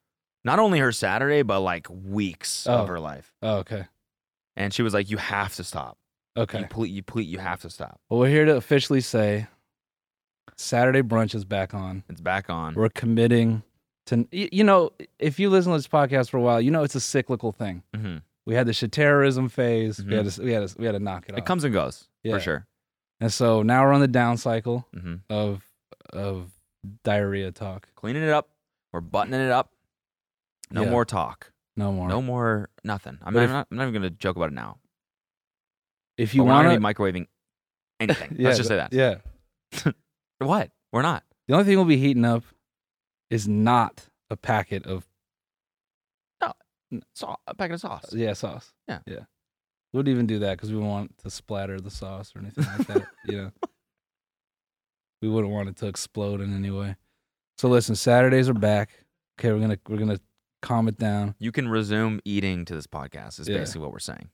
Speaker 2: not only her Saturday but like weeks
Speaker 4: Oh.
Speaker 2: of her life.
Speaker 4: Oh, okay,
Speaker 2: And she was like, you have to stop.
Speaker 4: okay.
Speaker 2: You ple- you ple- you have to stop.
Speaker 4: Well, we're here to officially say Saturday brunch is back on.
Speaker 2: It's back on.
Speaker 4: We're committing to, y- you know, if you listen to this podcast for a while, you know it's a cyclical thing.
Speaker 2: hmm
Speaker 4: We had the shit terrorism phase. We
Speaker 2: Mhm.
Speaker 4: had to, we had to, we had to knock it,
Speaker 2: It
Speaker 4: off.
Speaker 2: comes and goes
Speaker 4: Yeah.
Speaker 2: for sure.
Speaker 4: and so now we're on the down cycle
Speaker 2: hmm
Speaker 4: of of diarrhea talk.
Speaker 2: Cleaning it up. We're buttoning it up. No
Speaker 4: Yeah.
Speaker 2: more talk.
Speaker 4: No more.
Speaker 2: No more nothing. I'm
Speaker 4: But
Speaker 2: not,
Speaker 4: if-
Speaker 2: I'm not, I'm not even going to joke about it now.
Speaker 4: If
Speaker 2: But
Speaker 4: you
Speaker 2: we're not
Speaker 4: want
Speaker 2: going
Speaker 4: to,
Speaker 2: to be microwaving anything.
Speaker 4: yeah,
Speaker 2: Let's just say that.
Speaker 4: Yeah.
Speaker 2: What? We're not.
Speaker 4: The only thing we'll be heating up is not a packet of
Speaker 2: Sau- a packet of sauce.
Speaker 4: yeah sauce.
Speaker 2: Yeah.
Speaker 4: Yeah. We wouldn't even do that because we wouldn't want to splatter the sauce or anything like that. you know, we wouldn't want it to explode in any way. So listen, Saturdays are back. Okay, we're gonna we're gonna calm it down.
Speaker 2: You can resume eating to this podcast, is
Speaker 4: Yeah.
Speaker 2: basically what we're saying.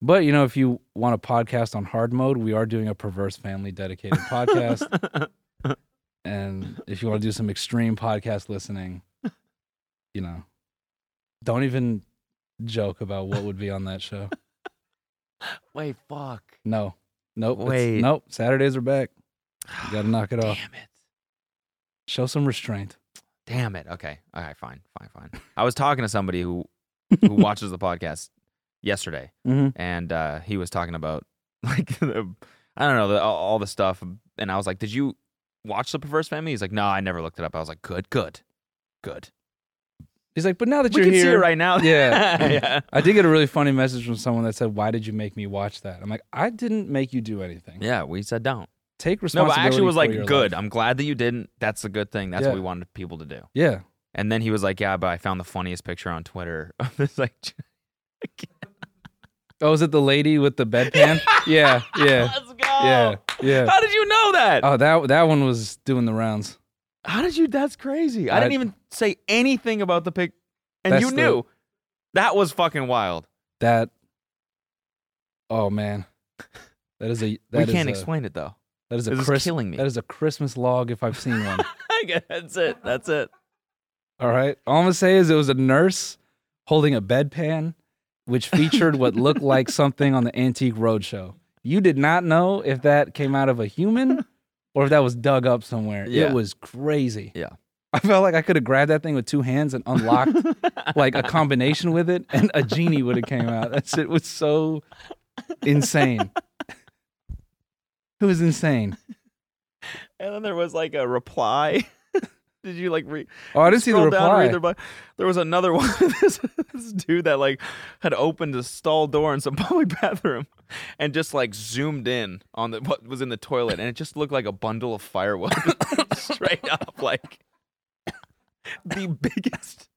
Speaker 4: But you know, if you want a podcast on hard mode, we are doing a perverse family dedicated podcast. and if you want to do some extreme podcast listening, you know, don't even joke about what would be on that show.
Speaker 2: Wait, fuck.
Speaker 4: No. Nope. it's-
Speaker 2: Wait.
Speaker 4: Nope. Saturdays are back. You gotta knock it
Speaker 2: Damn
Speaker 4: off.
Speaker 2: it.
Speaker 4: Show some restraint.
Speaker 2: Damn it. Okay. All right. Fine. Fine. Fine. I was talking to somebody who who watches the podcast yesterday,
Speaker 4: Mhm.
Speaker 2: and uh, he was talking about like the, I don't know the, all, all the stuff, and I was like, "Did you watch the Perverse Family?" He's like, "No, I never looked it up." I was like, "Good. Good. Good."
Speaker 4: He's like, but now that
Speaker 2: we
Speaker 4: you're
Speaker 2: can
Speaker 4: here,
Speaker 2: see it right now.
Speaker 4: Yeah. Mm-hmm.
Speaker 2: yeah.
Speaker 4: I did get a really funny message from someone that said, "Why did you make me watch that?" I'm like, I didn't make you do anything.
Speaker 2: Yeah, we said don't.
Speaker 4: Take
Speaker 2: No,
Speaker 4: responsibility.
Speaker 2: but I actually was
Speaker 4: for your
Speaker 2: like, good.
Speaker 4: life."
Speaker 2: I'm glad that you didn't. That's a good thing. That's
Speaker 4: Yeah.
Speaker 2: what we wanted people to do.
Speaker 4: Yeah.
Speaker 2: And then he was like, yeah, but I found the funniest picture on Twitter of this like
Speaker 4: Oh, is it the lady with the bedpan? yeah. Yeah.
Speaker 2: Let's go.
Speaker 4: Yeah. Yeah.
Speaker 2: How did you know that?
Speaker 4: Oh, that that one was doing the rounds.
Speaker 2: How did you? That's crazy. I, didn't
Speaker 4: I-
Speaker 2: even say anything about the pic, and
Speaker 4: That's
Speaker 2: you
Speaker 4: the-
Speaker 2: knew. That was fucking wild.
Speaker 4: That. Oh man. That is a. that
Speaker 2: we
Speaker 4: is
Speaker 2: can't
Speaker 4: a-
Speaker 2: explain it though.
Speaker 4: That is a
Speaker 2: This is
Speaker 4: Chris-
Speaker 2: killing me.
Speaker 4: That is a Christmas log if I've seen one.
Speaker 2: I guess that's it. That's it.
Speaker 4: All right. All I'm gonna say is it was a nurse holding a bedpan, which featured what looked like something on the Antique Roadshow. You did not know if that came out of a human or if that was dug up somewhere.
Speaker 2: Yeah.
Speaker 4: It was crazy.
Speaker 2: Yeah.
Speaker 4: I felt like I could have grabbed that thing with two hands and unlocked like a combination with it, and a genie would have came out. That shit was so insane. it was insane.
Speaker 2: And then there was like a reply. did you like read?
Speaker 4: Oh, I didn't see the
Speaker 2: scroll down and
Speaker 4: reply.
Speaker 2: read the reply. There was another one. this, this dude that like had opened a stall door in some public bathroom and just like zoomed in on the what was in the toilet, and it just looked like a bundle of firewood, straight up like the biggest.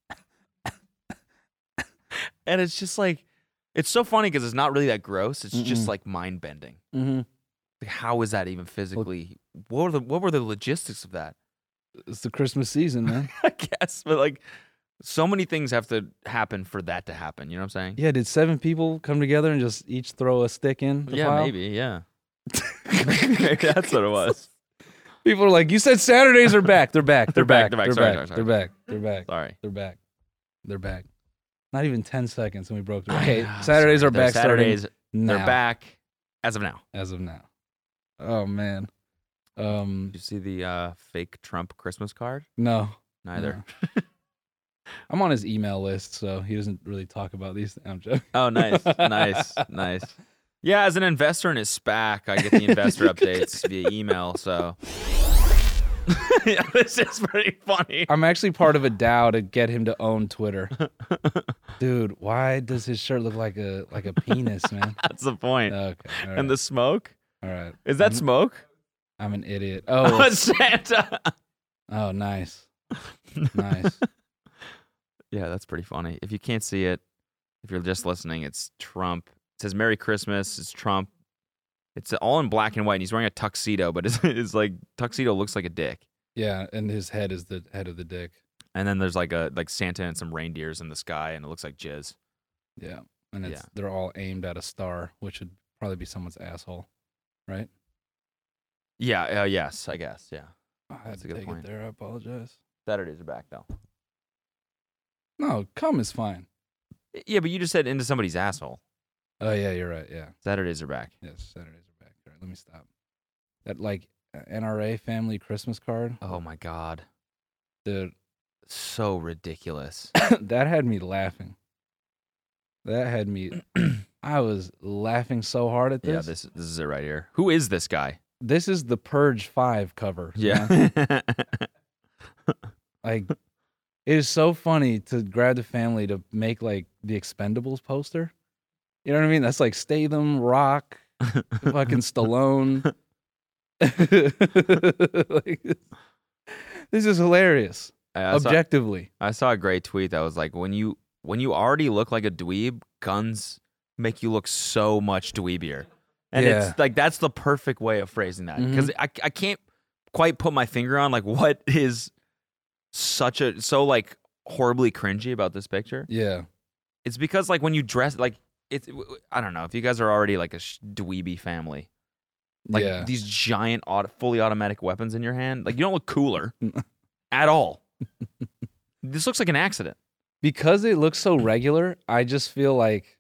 Speaker 2: And it's just like, it's so funny because it's not really that gross. It's just
Speaker 4: Mm-mm.
Speaker 2: like mind bending.
Speaker 4: Mhm.
Speaker 2: Like, how is that even physically? What were the what were the logistics of that?
Speaker 4: It's the Christmas season, man.
Speaker 2: I guess, but like so many things have to happen for that to happen. You know what I'm saying?
Speaker 4: Yeah, did seven people come together and just each throw a stick in? the
Speaker 2: Yeah,
Speaker 4: file?
Speaker 2: maybe. Yeah. Maybe that's what it was.
Speaker 4: People are like, you said Saturdays are back. They're back. They're,
Speaker 2: They're back, they're
Speaker 4: They're
Speaker 2: back.
Speaker 4: back.
Speaker 2: Sorry, sorry, sorry.
Speaker 4: They're back. They're back.
Speaker 2: Sorry.
Speaker 4: They're back. They're back. Not even ten seconds, and we broke the.
Speaker 2: I
Speaker 4: Okay,
Speaker 2: know,
Speaker 4: Saturdays
Speaker 2: Ah, sorry.
Speaker 4: are back.
Speaker 2: They're
Speaker 4: starting
Speaker 2: Saturdays, they're
Speaker 4: now,
Speaker 2: back as of now.
Speaker 4: as of now. Oh man, um,
Speaker 2: Did you see the uh, fake Trump Christmas card?
Speaker 4: no,
Speaker 2: Neither.
Speaker 4: I'm on his email list, so he doesn't really talk about these. I'm joking.
Speaker 2: Oh, nice, nice, nice. Yeah, as an investor in his SPAC, I get the investor updates via email. So yeah, this is pretty funny.
Speaker 4: I'm actually part of a DAO to get him to own Twitter. Dude, why does his shirt look like a like a penis, man?
Speaker 2: That's the point.
Speaker 4: Okay. all right,
Speaker 2: and the smoke
Speaker 4: all right.
Speaker 2: is that smoke?
Speaker 4: I'm an idiot. Oh, it's-
Speaker 2: Santa.
Speaker 4: oh, nice, nice.
Speaker 2: Yeah, that's pretty funny. If you can't see it, if you're just listening, it's Trump. It says Merry Christmas. It's Trump. It's all in black and white, and he's wearing a tuxedo, but it's, it's like tuxedo looks like a dick.
Speaker 4: Yeah, and his head is the head of the dick.
Speaker 2: And then there's like a like Santa and some reindeers in the sky, and it looks like jizz.
Speaker 4: Yeah, and it's
Speaker 2: Yeah.
Speaker 4: they're all aimed at a star, which would probably be someone's asshole, right?
Speaker 2: Yeah. Uh, yes, I guess. Yeah.
Speaker 4: I had
Speaker 2: That's a
Speaker 4: to
Speaker 2: good
Speaker 4: take
Speaker 2: point.
Speaker 4: it there. I apologize.
Speaker 2: Saturdays are back though.
Speaker 4: No, cum is fine.
Speaker 2: Yeah, but you just said into somebody's asshole.
Speaker 4: Oh yeah, you're right. Yeah,
Speaker 2: Saturdays are back.
Speaker 4: yes. Saturdays are back. All right, let me stop. That like NRA family Christmas card,
Speaker 2: Oh my god,
Speaker 4: dude.
Speaker 2: so ridiculous.
Speaker 4: that had me laughing. That had me. I was laughing so hard at this.
Speaker 2: yeah, this this is it right here. Who is this guy?
Speaker 4: This is the Purge Five cover. you know?
Speaker 2: Yeah.
Speaker 4: like it is so funny to grab the family to make like the Expendables poster. You know what I mean? That's like Statham, Rock, fucking Stallone. like, this is hilarious.
Speaker 2: I, saw,
Speaker 4: Objectively,
Speaker 2: I saw a great tweet that was like, when you when you already look like a dweeb, guns make you look so much dweebier. And
Speaker 4: Yeah. Mm-hmm.
Speaker 2: it's like that's the perfect way of phrasing that because I I can't quite put my finger on like what is such a so like horribly cringy about this picture.
Speaker 4: yeah.
Speaker 2: It's because like when you dress like it's I don't know if you guys are already like a sh- dweeby family. Like
Speaker 4: yeah.
Speaker 2: these giant auto, fully automatic weapons in your hand, like you don't look cooler at all. this looks like an accident.
Speaker 4: because it looks so regular, I just feel like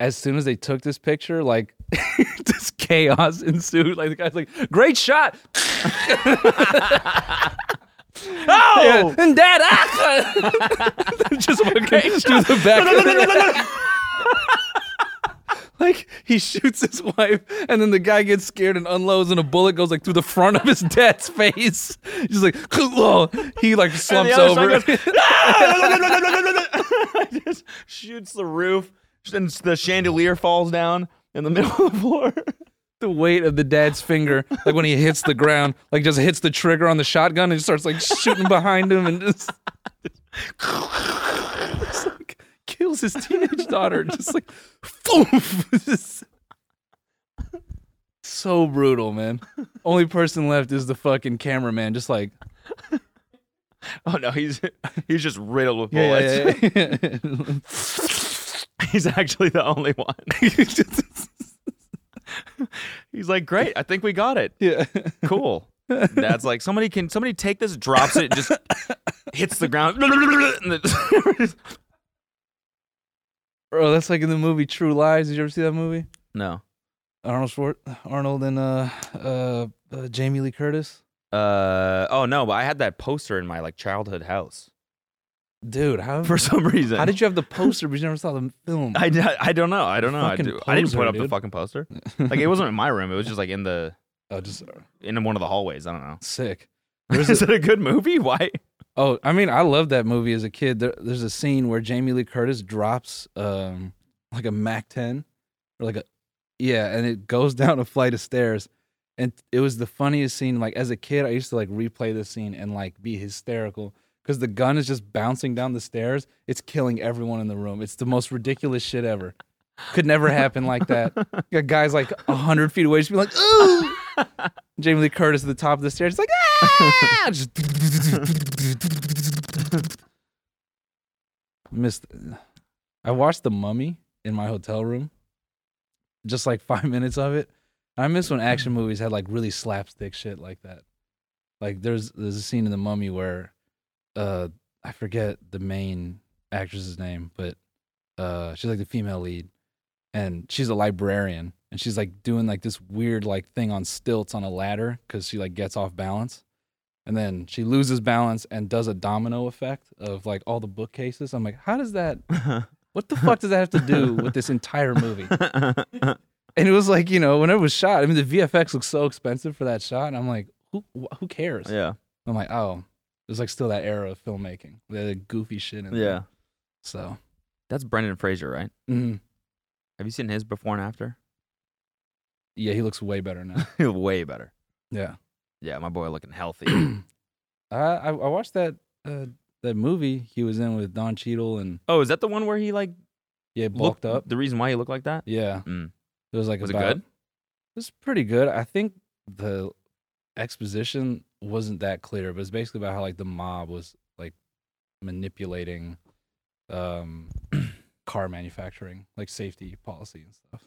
Speaker 4: as soon as they took this picture, like just chaos ensued. Like the guy's like, "Great shot!"
Speaker 2: Oh!
Speaker 4: Yeah, Oh! and dad, ah! just fucking through the back. like he shoots his wife, and then the guy gets scared and unloads, and a bullet goes like through the front of his dad's face. He's like, "Oh." he like slumps
Speaker 2: other side "Ah!"
Speaker 4: over.
Speaker 2: Just shoots the roof, and the chandelier falls down in the middle of the floor.
Speaker 4: the weight of the dad's finger, like when he hits the ground, like just hits the trigger on the shotgun and just starts like shooting behind him and just, just, like, kills his teenage daughter. Just like, Just- so brutal, man. Only person left is the fucking cameraman, just like,
Speaker 2: Oh no, he's he's just riddled with
Speaker 4: yeah,
Speaker 2: bullets.
Speaker 4: yeah, yeah, yeah.
Speaker 2: He's actually the only one. he's like, great, I think we got it.
Speaker 4: yeah.
Speaker 2: Cool. That's like somebody can somebody take this, drops it, just hits the ground. and it-
Speaker 4: Bro, that's like in the movie True Lies. Did you ever see that movie?
Speaker 2: no.
Speaker 4: Arnold Schwart, Arnold and uh, uh, uh, Jamie Lee Curtis.
Speaker 2: Uh oh no, but I had that poster in my like childhood house
Speaker 4: Dude, how
Speaker 2: for some reason.
Speaker 4: How did you have the poster but you never saw the film?
Speaker 2: I, d- I don't know. I don't know. I,
Speaker 4: Fucking
Speaker 2: do, I didn't put
Speaker 4: poser,
Speaker 2: up the
Speaker 4: dude.
Speaker 2: fucking poster. Like it wasn't in my room. It was just like in the
Speaker 4: oh, just
Speaker 2: in one of the hallways. I don't know.
Speaker 4: sick.
Speaker 2: Is it a good movie? Why?
Speaker 4: Oh, I mean, I loved that movie as a kid. There, there's a scene where Jamie Lee Curtis drops um like a Mac 10 or like a yeah, and it goes down a flight of stairs. And it was the funniest scene. Like as a kid, I used to like replay this scene and like be hysterical because the gun is just bouncing down the stairs. It's killing everyone in the room. It's the most ridiculous shit ever. Could never happen like that. You got guys like hundred feet away, just be like, "Ooh!" Jamie Lee Curtis at the top of the stairs, like, "Ah!" Just- Missed. I watched The Mummy in my hotel room, just like five minutes of it. I miss when action movies had like really slapstick shit like that. Like there's there's a scene in The Mummy where, uh, I forget the main actress's name, but uh, she's like the female lead, and she's a librarian, and she's like doing like this weird like thing on stilts on a ladder because she like gets off balance, and then she loses balance and does a domino effect of like all the bookcases. I'm like, how does that? What the fuck does that have to do with this entire movie? And it was like, you know, when it was shot, I mean, the VFX looked so expensive for that shot. And I'm like, who wh- who cares?
Speaker 2: Yeah.
Speaker 4: I'm like, oh, it was like still that era of filmmaking. They had goofy shit in there.
Speaker 2: Yeah.
Speaker 4: So,
Speaker 2: That's Brendan Fraser, right?
Speaker 4: mhm.
Speaker 2: Have you seen his before and after?
Speaker 4: yeah, he looks way better now.
Speaker 2: Way better.
Speaker 4: yeah.
Speaker 2: Yeah, my boy looking healthy.
Speaker 4: I, I, I watched that uh, that movie he was in with Don Cheadle and,
Speaker 2: oh, is that the one where he like
Speaker 4: yeah, bulked
Speaker 2: looked-
Speaker 4: up.
Speaker 2: The reason why he looked like that?
Speaker 4: Yeah.
Speaker 2: Mm.
Speaker 4: It was like
Speaker 2: Was it
Speaker 4: about,
Speaker 2: good?
Speaker 4: It was pretty good. I think the exposition wasn't that clear, but it's basically about how like the mob was like manipulating um car manufacturing, like safety policy and stuff.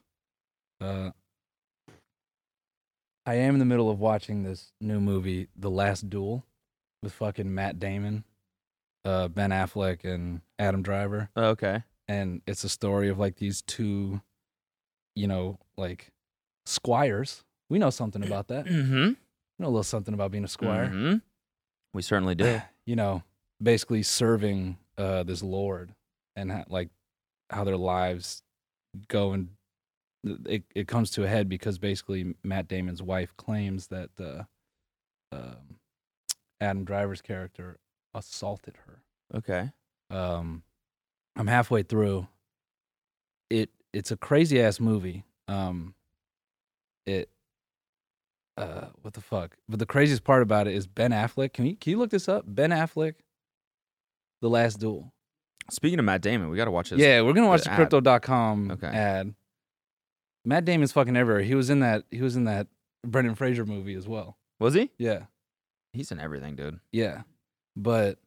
Speaker 4: Uh I am in the middle of watching this new movie, The Last Duel, with fucking Matt Damon, uh Ben Affleck and Adam Driver
Speaker 2: Oh, okay.
Speaker 4: and it's a story of like these two you know like squires we know something about that we
Speaker 2: Mm-hmm.
Speaker 4: know a little something about being a squire
Speaker 2: hmm We certainly do.
Speaker 4: you know basically serving uh this lord and ha- like how their lives go and it, it comes to a head because basically matt damon's wife claims that uh um, adam driver's character assaulted her
Speaker 2: okay.
Speaker 4: um i'm halfway through it it's a crazy ass movie um it uh what the fuck but the craziest part about it is ben affleck can you can you look this up ben affleck the last duel
Speaker 2: Speaking of Matt Damon, we got to watch this.
Speaker 4: yeah we're gonna watch
Speaker 2: the
Speaker 4: the,
Speaker 2: ad.
Speaker 4: crypto.com
Speaker 2: Okay.
Speaker 4: ad matt damon's fucking everywhere he was in that he was in that brendan fraser movie as well
Speaker 2: Was he?
Speaker 4: yeah
Speaker 2: He's in everything, dude.
Speaker 4: Yeah. But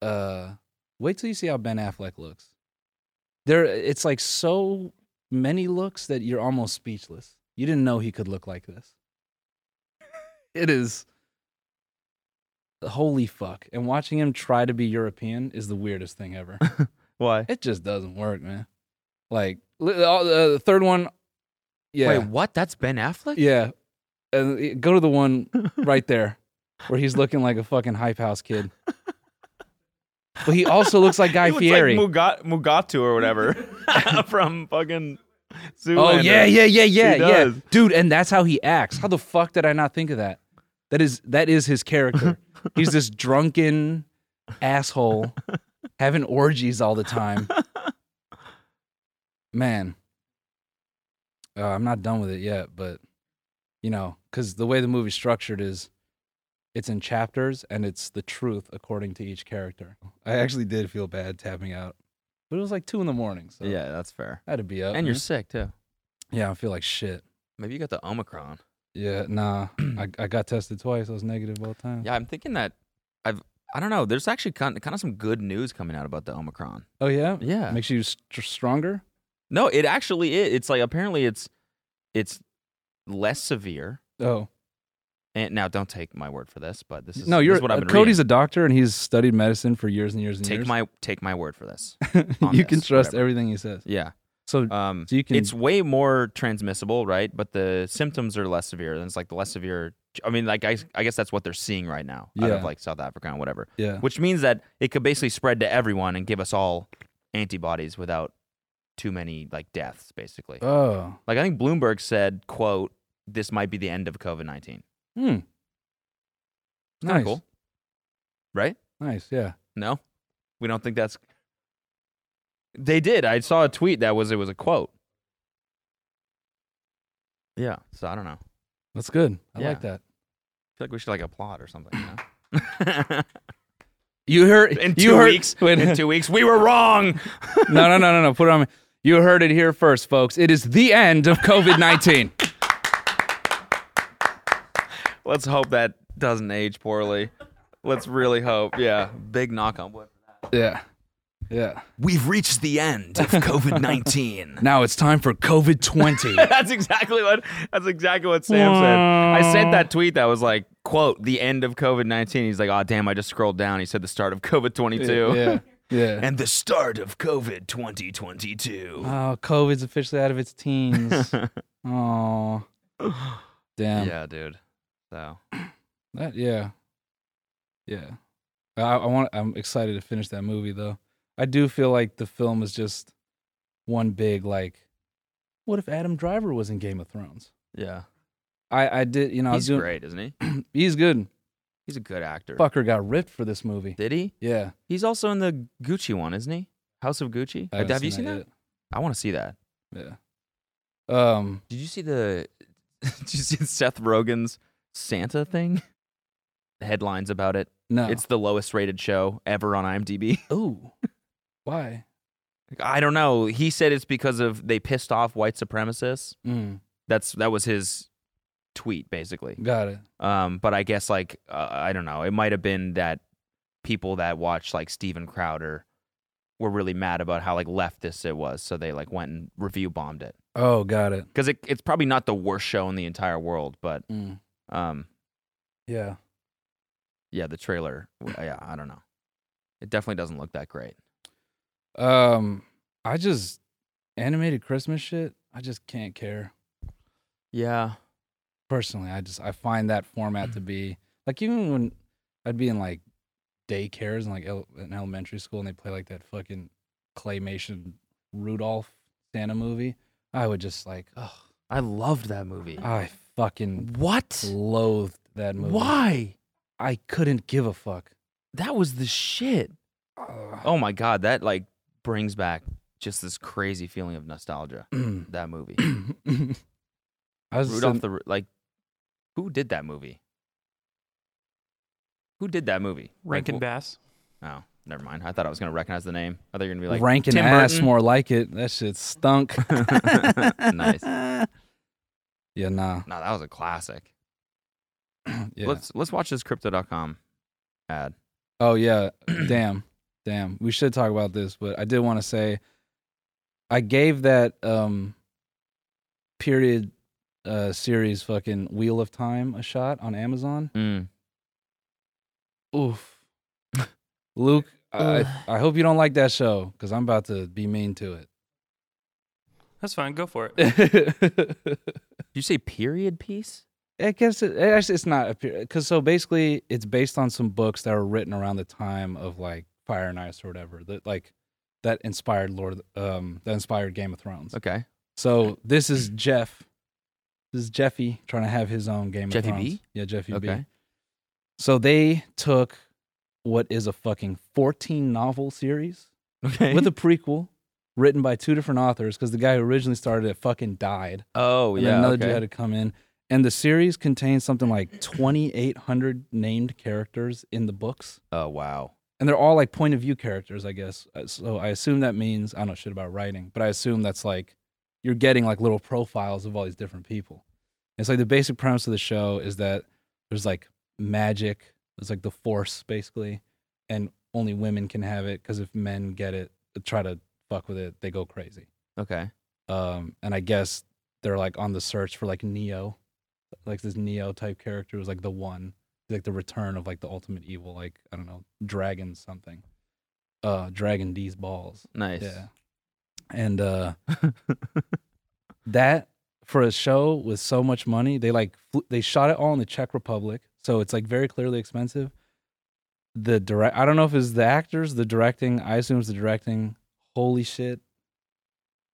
Speaker 4: uh wait till you see how Ben Affleck looks. There it's like so many looks that you're almost speechless. You didn't know he could look like this. It is holy fuck. And watching him try to be European is the weirdest thing ever.
Speaker 2: Why?
Speaker 4: it just doesn't work, man. Like li- all- uh, the third one yeah.
Speaker 2: Wait, what? That's Ben Affleck?
Speaker 4: Yeah. And it- go to the one right there where he's looking like a fucking hype house kid. But he also looks like Guy
Speaker 2: he
Speaker 4: Fieri.
Speaker 2: Looks like Mugat- Mugatu or whatever from fucking
Speaker 4: oh
Speaker 2: Zoolander.
Speaker 4: yeah, yeah, yeah, yeah,
Speaker 2: He
Speaker 4: yeah.
Speaker 2: does.
Speaker 4: Dude, and that's how he acts. How the fuck did I not think of that? That is that is his character. he's this drunken asshole having orgies all the time. Man. Uh, I'm not done with it yet, but you know, because the way the movie's structured is it's in chapters and it's the truth according to each character. I actually did feel bad tapping out, but it was like two in the morning, so
Speaker 2: Yeah, that's fair.
Speaker 4: I had to be up.
Speaker 2: and you're
Speaker 4: man.
Speaker 2: sick too.
Speaker 4: yeah, I feel like shit.
Speaker 2: Maybe you got the Omicron.
Speaker 4: Yeah, nah. I, I got tested twice. I was negative both times.
Speaker 2: Yeah, I'm thinking that I've I don't know. There's actually kind kind of some good news coming out about the Omicron.
Speaker 4: Oh yeah.
Speaker 2: Yeah.
Speaker 4: Makes you st- stronger.
Speaker 2: No, it actually is. It's like apparently it's it's less severe.
Speaker 4: Oh
Speaker 2: And now don't take my word for this, but this is
Speaker 4: no,
Speaker 2: this
Speaker 4: you're
Speaker 2: is what I've
Speaker 4: uh,
Speaker 2: been
Speaker 4: Cody's
Speaker 2: reading.
Speaker 4: a doctor and he's studied medicine for years and years and
Speaker 2: take
Speaker 4: years.
Speaker 2: my take my word for this. on
Speaker 4: you can
Speaker 2: this,
Speaker 4: trust
Speaker 2: whatever.
Speaker 4: everything he says.
Speaker 2: Yeah.
Speaker 4: So
Speaker 2: Um,
Speaker 4: So you can-
Speaker 2: it's way more transmissible, right? But the symptoms are less severe. And it's like the less severe. I mean, like I, I guess that's what they're seeing right now out
Speaker 4: Yeah.
Speaker 2: of like South Africa and whatever,
Speaker 4: yeah,
Speaker 2: which means that it could basically spread to everyone and give us all antibodies without too many like deaths, basically.
Speaker 4: oh,
Speaker 2: like I think Bloomberg said, "quote This might be the end of COVID nineteen.
Speaker 4: hmm, nice,
Speaker 2: cool, right?
Speaker 4: nice, yeah.
Speaker 2: No, we don't think that's." They did. I saw a tweet that was it was a quote. Yeah. So I don't know.
Speaker 4: That's good. I
Speaker 2: Yeah.
Speaker 4: like that.
Speaker 2: feel like we should like applaud or something. You know?
Speaker 4: You heard
Speaker 2: in
Speaker 4: you
Speaker 2: two
Speaker 4: heard,
Speaker 2: weeks,
Speaker 4: Wait,
Speaker 2: in two weeks, we were wrong.
Speaker 4: no, no, no, no, no. Put it on me. You heard it here first, folks. It is the end of COVID nineteen.
Speaker 2: Let's hope that doesn't age poorly. Let's really hope. Yeah, big knock on wood.
Speaker 4: yeah, yeah.
Speaker 2: We've reached the end of COVID nineteen.
Speaker 4: Now it's time for COVID twenty.
Speaker 2: that's exactly what. That's exactly what Sam said. I sent that tweet that was like, "quote the end of COVID 19 He's like, "Oh damn, I just scrolled down." He said the start of COVID twenty two.
Speaker 4: yeah, yeah.
Speaker 2: And the start of COVID 2022.
Speaker 4: Oh, COVID's officially out of its teens. oh, damn. Yeah,
Speaker 2: Yeah, dude. So
Speaker 4: that, yeah, yeah. I, I want. I'm excited to finish that movie though. I do feel like the film is just one big like What if Adam Driver was in Game of Thrones?
Speaker 2: Yeah.
Speaker 4: I, I did, you know, I was
Speaker 2: He's
Speaker 4: doing,
Speaker 2: great, isn't he?
Speaker 4: He's good.
Speaker 2: He's a good actor.
Speaker 4: Fucker got ripped for this movie.
Speaker 2: Did he?
Speaker 4: Yeah.
Speaker 2: He's also in the Gucci one, isn't he? House of Gucci.
Speaker 4: I
Speaker 2: Like,
Speaker 4: haven't
Speaker 2: Uh, have you seen that? I want to see that.
Speaker 4: yet. Yeah. Um,
Speaker 2: Did you see the? Did you see Seth Rogen's Santa thing? The headlines about it.
Speaker 4: no.
Speaker 2: It's the lowest rated show ever on IMDb.
Speaker 4: ooh. Why?
Speaker 2: I don't know. He said it's because of they pissed off white supremacists.
Speaker 4: Mm,
Speaker 2: That's that was his tweet basically.
Speaker 4: got it.
Speaker 2: Um, but I guess like uh, I don't know. It might have been that people that watched like Steven Crowder were really mad about how like leftist it was, so they like went and review bombed it
Speaker 4: Oh, got it.
Speaker 2: because it, it's probably not the worst show in the entire world, but
Speaker 4: Mm,
Speaker 2: um,
Speaker 4: yeah.
Speaker 2: yeah, the trailer, w- yeah, I don't know. It definitely doesn't look that great.
Speaker 4: Um, I just animated Christmas shit. I just can't care.
Speaker 2: Yeah,
Speaker 4: personally i just i find that format to be like even when i'd be in like daycares and like ele- in elementary school and they play like that fucking claymation rudolph santa movie i would just like oh
Speaker 2: I loved that movie.
Speaker 4: i fucking
Speaker 2: what?
Speaker 4: loathed that movie
Speaker 2: Why?
Speaker 4: i couldn't give a fuck
Speaker 2: That was the shit.
Speaker 4: Ugh.
Speaker 2: Oh my god, that like brings back just this crazy feeling of nostalgia. That movie.
Speaker 4: i was
Speaker 2: Rudolph
Speaker 4: Rudolph
Speaker 2: the Ru- like who did that movie? Who did that movie?
Speaker 8: Rankin
Speaker 2: Like,
Speaker 8: Bass.
Speaker 2: wh- Oh, never mind. I thought I was gonna recognize the name. I thought you were gonna be like
Speaker 4: ranking
Speaker 2: Tim
Speaker 4: ass
Speaker 2: Burton.
Speaker 4: more like it that shit stunk
Speaker 2: Nice.
Speaker 4: yeah nah
Speaker 2: No, that was a classic.
Speaker 4: yeah.
Speaker 2: Let's let's watch this crypto.com ad.
Speaker 4: Oh yeah, damn, damn. We should talk about this, but I did want to say, I gave that um period uh series fucking Wheel of Time a shot on Amazon.
Speaker 2: Mm.
Speaker 4: Oof, Luke, I I hope you don't like that show because I'm about to be mean to
Speaker 8: That's fine. Go for it.
Speaker 4: it.
Speaker 2: Did you say period piece?
Speaker 4: I guess it, actually it's not a because so basically it's based on some books that were written around the time of like Fire and Ice or whatever that like that inspired Lord um that inspired Game of Thrones.
Speaker 2: Okay.
Speaker 4: So this is Jeff. This is Jeffy trying to have his own Game
Speaker 2: Jeffy
Speaker 4: of Thrones.
Speaker 2: B?
Speaker 4: Yeah, Jeffy B.
Speaker 2: Okay.
Speaker 4: So they took what is a fucking 14 novel series
Speaker 2: Okay.
Speaker 4: with a prequel written by two different authors because the guy who originally started it fucking died.
Speaker 2: oh
Speaker 4: and then
Speaker 2: yeah.
Speaker 4: another
Speaker 2: okay.
Speaker 4: dude had to come in. And the series contains something like 2,800 named characters in the books.
Speaker 2: oh wow.
Speaker 4: And they're all like point of view characters, I guess. Uh, So I assume that means, I don't know shit about writing, but I assume that's like you're getting like little profiles of all these different people. And so like the basic premise of the show is that there's like magic, there's like the force basically, and only women can have it because if men get it, try to fuck with it, they go crazy
Speaker 2: Okay.
Speaker 4: um and i guess they're like on the search for like neo like this neo type character was like the one like the return of like the ultimate evil like i don't know dragon something uh dragon d's balls
Speaker 2: Nice.
Speaker 4: yeah and uh that for a show with so much money they like fl- they shot it all in the czech republic so it's like very clearly expensive the direct i don't know if it's the actors the directing i assume it's the directing holy shit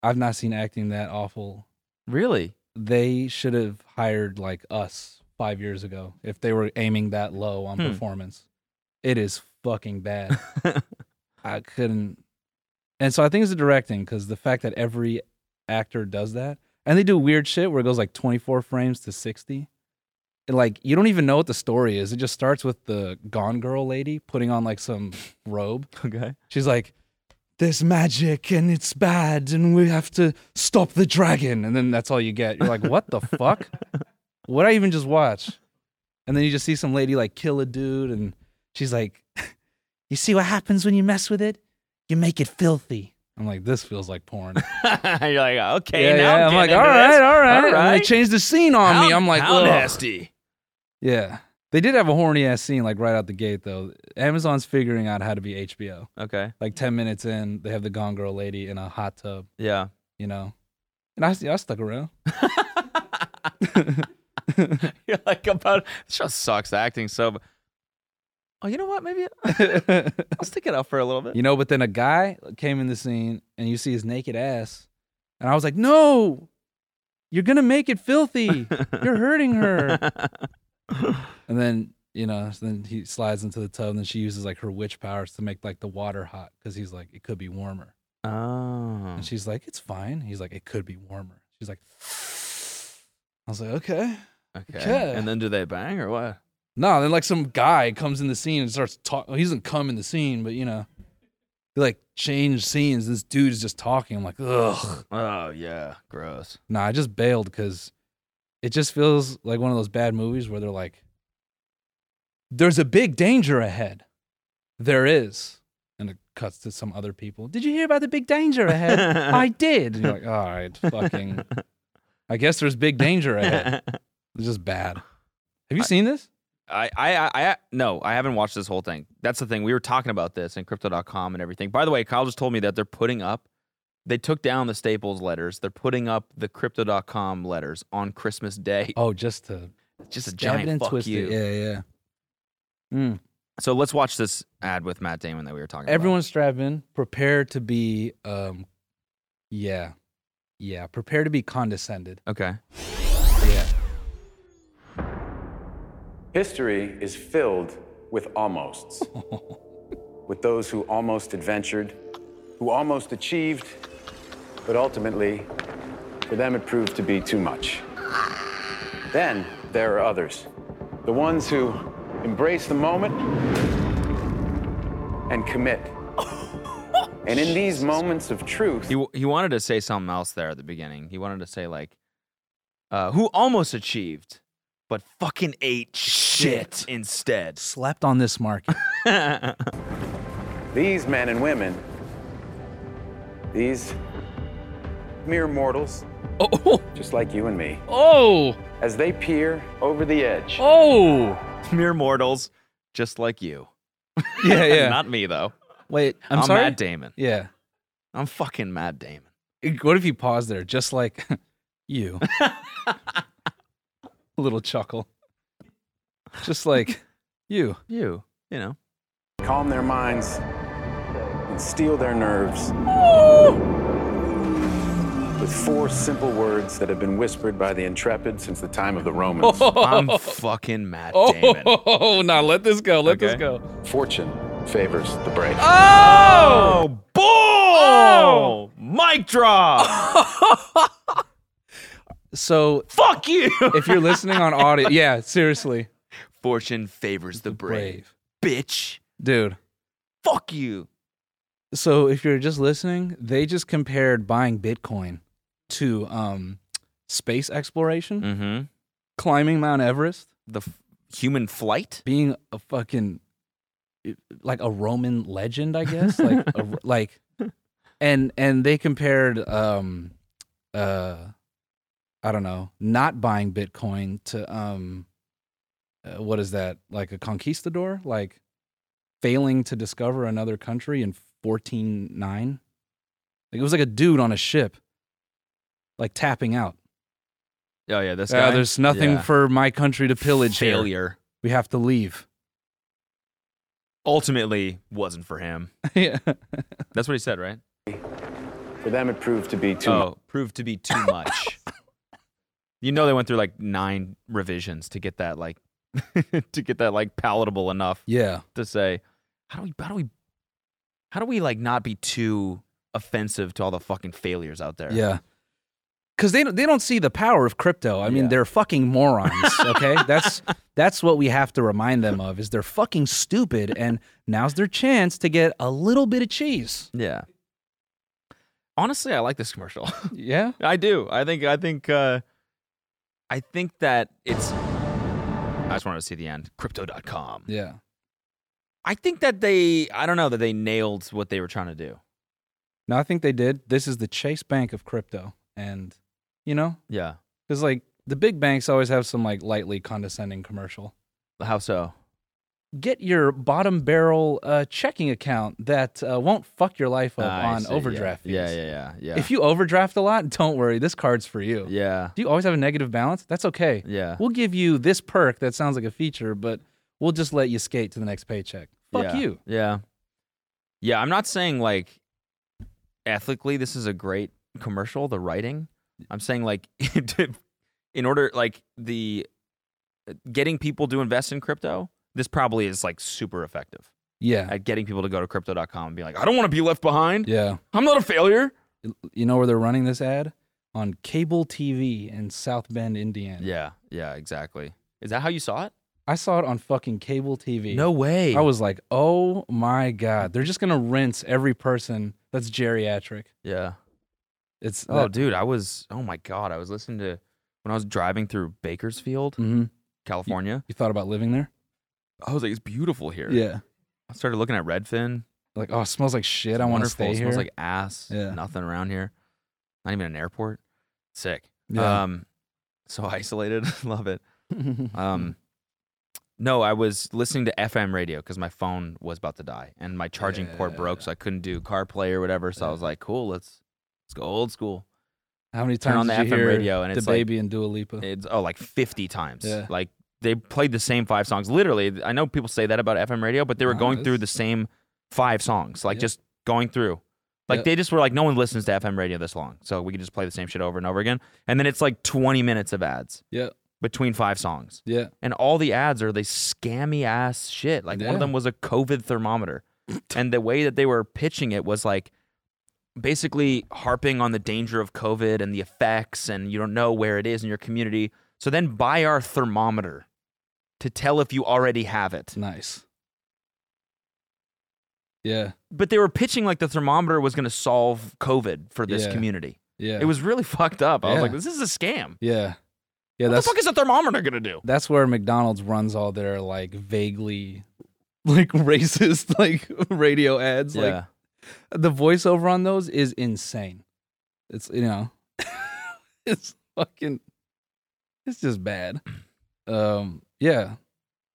Speaker 4: i've not seen acting that awful
Speaker 2: Really?
Speaker 4: they should have hired like us five years ago if they were aiming that low on
Speaker 2: Hmm.
Speaker 4: performance it is fucking bad I couldn't. And so I think it's the directing because the fact that every actor does that, and they do weird shit where it goes like 24 frames to 60. And like you don't even know what the story is. It just starts with the Gone Girl lady putting on like some robe.
Speaker 2: okay.
Speaker 4: She's like, "There's magic and it's bad, and we have to stop the dragon." And then that's all you get. You're like, "What the fuck? What I even just watch?" And then you just see some lady like kill a dude, and she's like, "You see what happens when you mess with it? You make it filthy." I'm like, "This feels like porn."
Speaker 2: You're like, okay,
Speaker 4: yeah,
Speaker 2: now
Speaker 4: yeah.
Speaker 2: I'm,
Speaker 4: I'm like,
Speaker 2: getting
Speaker 4: "All
Speaker 2: into this.
Speaker 4: right, all right."
Speaker 2: All
Speaker 4: And they
Speaker 2: right.
Speaker 4: changed the scene on me.
Speaker 2: How-
Speaker 4: I'm like,
Speaker 2: how
Speaker 4: "Ugh."
Speaker 2: nasty.
Speaker 4: Yeah. They did have a horny ass scene like right out the gate though. Amazon's figuring out how to be HBO.
Speaker 2: Okay.
Speaker 4: like 10 minutes in, they have the gone girl lady in a hot tub,
Speaker 2: Yeah.
Speaker 4: you know. And I, I stuck around.
Speaker 2: You're like about this show sucks acting so. b- Oh, you know what? Maybe I'll stick it out for a little bit.
Speaker 4: you know, but then a guy came in the scene and you see his naked ass. And I was like, no, You're gonna make it filthy. You're hurting her. and then you know, so then he slides into the tub, and then she uses like her witch powers to make like the water hot because he's like, it could be warmer.
Speaker 2: Oh.
Speaker 4: And she's like, it's fine. He's like, it could be warmer. She's like, I was like, okay.
Speaker 2: Okay.
Speaker 4: Okay.
Speaker 2: And then do they bang or what?
Speaker 4: No, then like some guy comes in the scene and starts talking. He doesn't come in the scene, but you know, they like change scenes. This dude is just talking. I'm like, ugh.
Speaker 2: Oh yeah, gross.
Speaker 4: Nah, I just bailed because it just feels like one of those bad movies where they're like, there's a big danger ahead. There is. And it cuts to some other people. Did you hear about the big danger ahead? I did. And you're like, all right, fucking. I guess there's big danger ahead.
Speaker 2: I,
Speaker 4: It's just bad. Have you seen this?
Speaker 2: I, I, I, no, I haven't watched this whole thing. That's the thing. We were talking about this in crypto.com and everything. By the way, Kyle just told me that they're putting up, they took down the Staples letters. They're putting up the crypto.com letters on Christmas Day.
Speaker 4: Oh, just to
Speaker 2: just a
Speaker 4: Stab it
Speaker 2: giant
Speaker 4: and
Speaker 2: fuck
Speaker 4: twist it.
Speaker 2: you.
Speaker 4: Yeah, yeah. Mm.
Speaker 2: So let's watch this ad with Matt Damon that we were talking
Speaker 4: Everyone strap in. Prepare to be, um, yeah, yeah. Prepare to be condescended.
Speaker 2: about. Everyone. Okay.
Speaker 4: Yeah.
Speaker 9: History is filled with almosts. with those who almost adventured, who almost achieved, but ultimately, for them it proved to be too much. Then there are others, the ones who embrace the moment and commit. and in these moments of truth,
Speaker 2: He he wanted to say something else there at the beginning. He wanted to say like, uh, who almost achieved, but fucking ate shit, instead.
Speaker 4: Slept on this market.
Speaker 9: These men and women, these mere mortals,
Speaker 4: oh,
Speaker 9: just like you and me,
Speaker 4: oh,
Speaker 9: as they peer over the edge,
Speaker 4: oh.
Speaker 2: Mere mortals, just like you.
Speaker 4: Yeah, yeah.
Speaker 2: Not me though.
Speaker 4: Wait, I'm,
Speaker 2: I'm
Speaker 4: sorry.
Speaker 2: Matt Damon.
Speaker 4: yeah.
Speaker 2: I'm fucking Matt Damon.
Speaker 4: What if you pause there, just like you? A little chuckle. Just like you.
Speaker 2: You, you know.
Speaker 9: calm their minds, and steel their nerves with four simple words that have been whispered by the intrepid since the time of the Romans
Speaker 2: I'm fucking Matt Damon.
Speaker 4: Oh, now let this go. Let this
Speaker 2: Okay.
Speaker 4: go.
Speaker 9: Fortune favors the brave.
Speaker 2: Oh, boom! Mic drop.
Speaker 4: So
Speaker 2: Fuck you.
Speaker 4: if you're listening on audio, yeah, seriously,
Speaker 2: Fortune favors the brave. Bitch.
Speaker 4: dude.
Speaker 2: Fuck you.
Speaker 4: So if you're just listening, they just compared buying Bitcoin to um, space exploration,
Speaker 2: Mm-hmm.
Speaker 4: climbing Mount Everest,
Speaker 2: The f- human flight.
Speaker 4: being a fucking like a Roman legend, I guess, like a, like, and and they compared um, uh, I don't know, not buying Bitcoin to um, uh, what is that like a conquistador, like failing to discover another country in fourteen nine, like it was like a dude on a ship, like tapping out.
Speaker 2: Oh yeah, this
Speaker 4: "Ah,
Speaker 2: guy.
Speaker 4: there's nothing
Speaker 2: Yeah.
Speaker 4: for my country to pillage here.
Speaker 2: failure.
Speaker 4: We have to leave.
Speaker 2: Ultimately, wasn't for him.
Speaker 4: yeah.
Speaker 2: That's what he said, right?
Speaker 9: For them, it proved to be too
Speaker 2: oh,
Speaker 9: much.
Speaker 2: proved to be too much. you know, they went through like nine revisions to get that like to get that like palatable enough
Speaker 4: Yeah.
Speaker 2: to say, how do we how do we how do we like not be too offensive to all the fucking failures out there?
Speaker 4: Yeah. Cuz they don't- they don't see the power of crypto. I mean,
Speaker 2: Yeah.
Speaker 4: they're fucking morons, okay? that's that's what we have to remind them of is they're fucking stupid and now's their chance to get a little bit of cheese.
Speaker 2: Yeah. Honestly, I like this commercial.
Speaker 4: Yeah.
Speaker 2: I do. I think. I think. Uh, I think that it's. I just wanted to see the end. Crypto.com.
Speaker 4: Yeah.
Speaker 2: I think that they. I don't know that they nailed what they were trying to do.
Speaker 4: No, I think they did. This is the Chase Bank of crypto and you know,
Speaker 2: Yeah.
Speaker 4: cuz like the big banks always have some like lightly condescending commercial.
Speaker 2: How so?
Speaker 4: Get your bottom barrel uh, checking account that uh, won't fuck your life up
Speaker 2: Ah, I
Speaker 4: on
Speaker 2: see, yeah.
Speaker 4: overdraft
Speaker 2: Yeah.
Speaker 4: fees.
Speaker 2: Yeah. Yeah. Yeah.
Speaker 4: If you overdraft a lot, don't worry. This card's for you.
Speaker 2: yeah.
Speaker 4: Do you always have a negative balance? That's okay.
Speaker 2: Yeah.
Speaker 4: We'll give you this perk that sounds like a feature, but we'll just let you skate to the next paycheck. Fuck
Speaker 2: yeah,
Speaker 4: you.
Speaker 2: Yeah. Yeah. I'm not saying like ethically this is a great commercial. The writing. I'm saying like in order like the uh, getting people to invest in crypto, this probably is like super effective
Speaker 4: Yeah.
Speaker 2: at getting people to go to crypto.com and be like, I don't want to be left behind.
Speaker 4: yeah.
Speaker 2: I'm not a failure.
Speaker 4: You know where they're running this ad? On cable TV in South Bend, Indiana.
Speaker 2: Yeah, yeah, exactly. Is that how you saw it?
Speaker 4: I saw it on fucking cable TV.
Speaker 2: way.
Speaker 4: I was like, oh my God. They're just going to rinse every person that's geriatric.
Speaker 2: yeah.
Speaker 4: It's.
Speaker 2: Oh, dude, I was. Oh my god, I was listening to when I was driving through Bakersfield,
Speaker 4: Mhm.
Speaker 2: California.
Speaker 4: You thought about living there?
Speaker 2: I was like, it's beautiful here.
Speaker 4: Yeah.
Speaker 2: I started looking at Redfin.
Speaker 4: Like, oh, it smells like shit.
Speaker 2: It's
Speaker 4: I want to
Speaker 2: wonderful.
Speaker 4: stay
Speaker 2: it
Speaker 4: here.
Speaker 2: Smells like ass.
Speaker 4: Yeah.
Speaker 2: Nothing around here. Not even an airport. Sick.
Speaker 4: Yeah.
Speaker 2: Um, so isolated. Love it. Um, no, I was listening to FM radio because my phone was about to die and my charging port broke, so I couldn't do CarPlay or whatever. So I was like, cool, let's let's go old school.
Speaker 4: How many
Speaker 2: turn
Speaker 4: times
Speaker 2: on
Speaker 4: did
Speaker 2: the
Speaker 4: you
Speaker 2: FM
Speaker 4: hear
Speaker 2: radio and it's
Speaker 4: the
Speaker 2: like-
Speaker 4: baby and Dua Lipa?
Speaker 2: It's oh like fifty times.
Speaker 4: Yeah.
Speaker 2: Like they played the same five songs. Literally, I know people say that about FM radio, but they were
Speaker 4: No,
Speaker 2: going through
Speaker 4: it's-
Speaker 2: the same five songs. Like
Speaker 4: Yep.
Speaker 2: just going through. Like
Speaker 4: Yep.
Speaker 2: they just were like, no one listens to FM radio this long, so we can just play the same shit over and over again. And then it's like twenty minutes of ads
Speaker 4: yeah.
Speaker 2: between five songs,
Speaker 4: Yeah.
Speaker 2: and all the ads are they scammy ass shit. Like one
Speaker 4: Yeah.
Speaker 2: of them was a COVID thermometer, and the way that they were pitching it was like basically harping on the danger of COVID and the effects, and you don't know where it is in your community. So then buy our thermometer to tell if you already have it.
Speaker 4: It's nice. Yeah.
Speaker 2: But they were pitching like the thermometer was going to solve COVID for this
Speaker 4: Yeah.
Speaker 2: community.
Speaker 4: Yeah.
Speaker 2: It was really fucked up. I was
Speaker 4: Yeah.
Speaker 2: like, this is a scam.
Speaker 4: Yeah.
Speaker 2: what the
Speaker 4: Yeah. that's
Speaker 2: fuck is a thermometer going to do?
Speaker 4: that's where McDonald's runs all their like vaguely like racist like radio ads. Like the voiceover on those is insane. It's you know it's fucking it's just bad. Um yeah.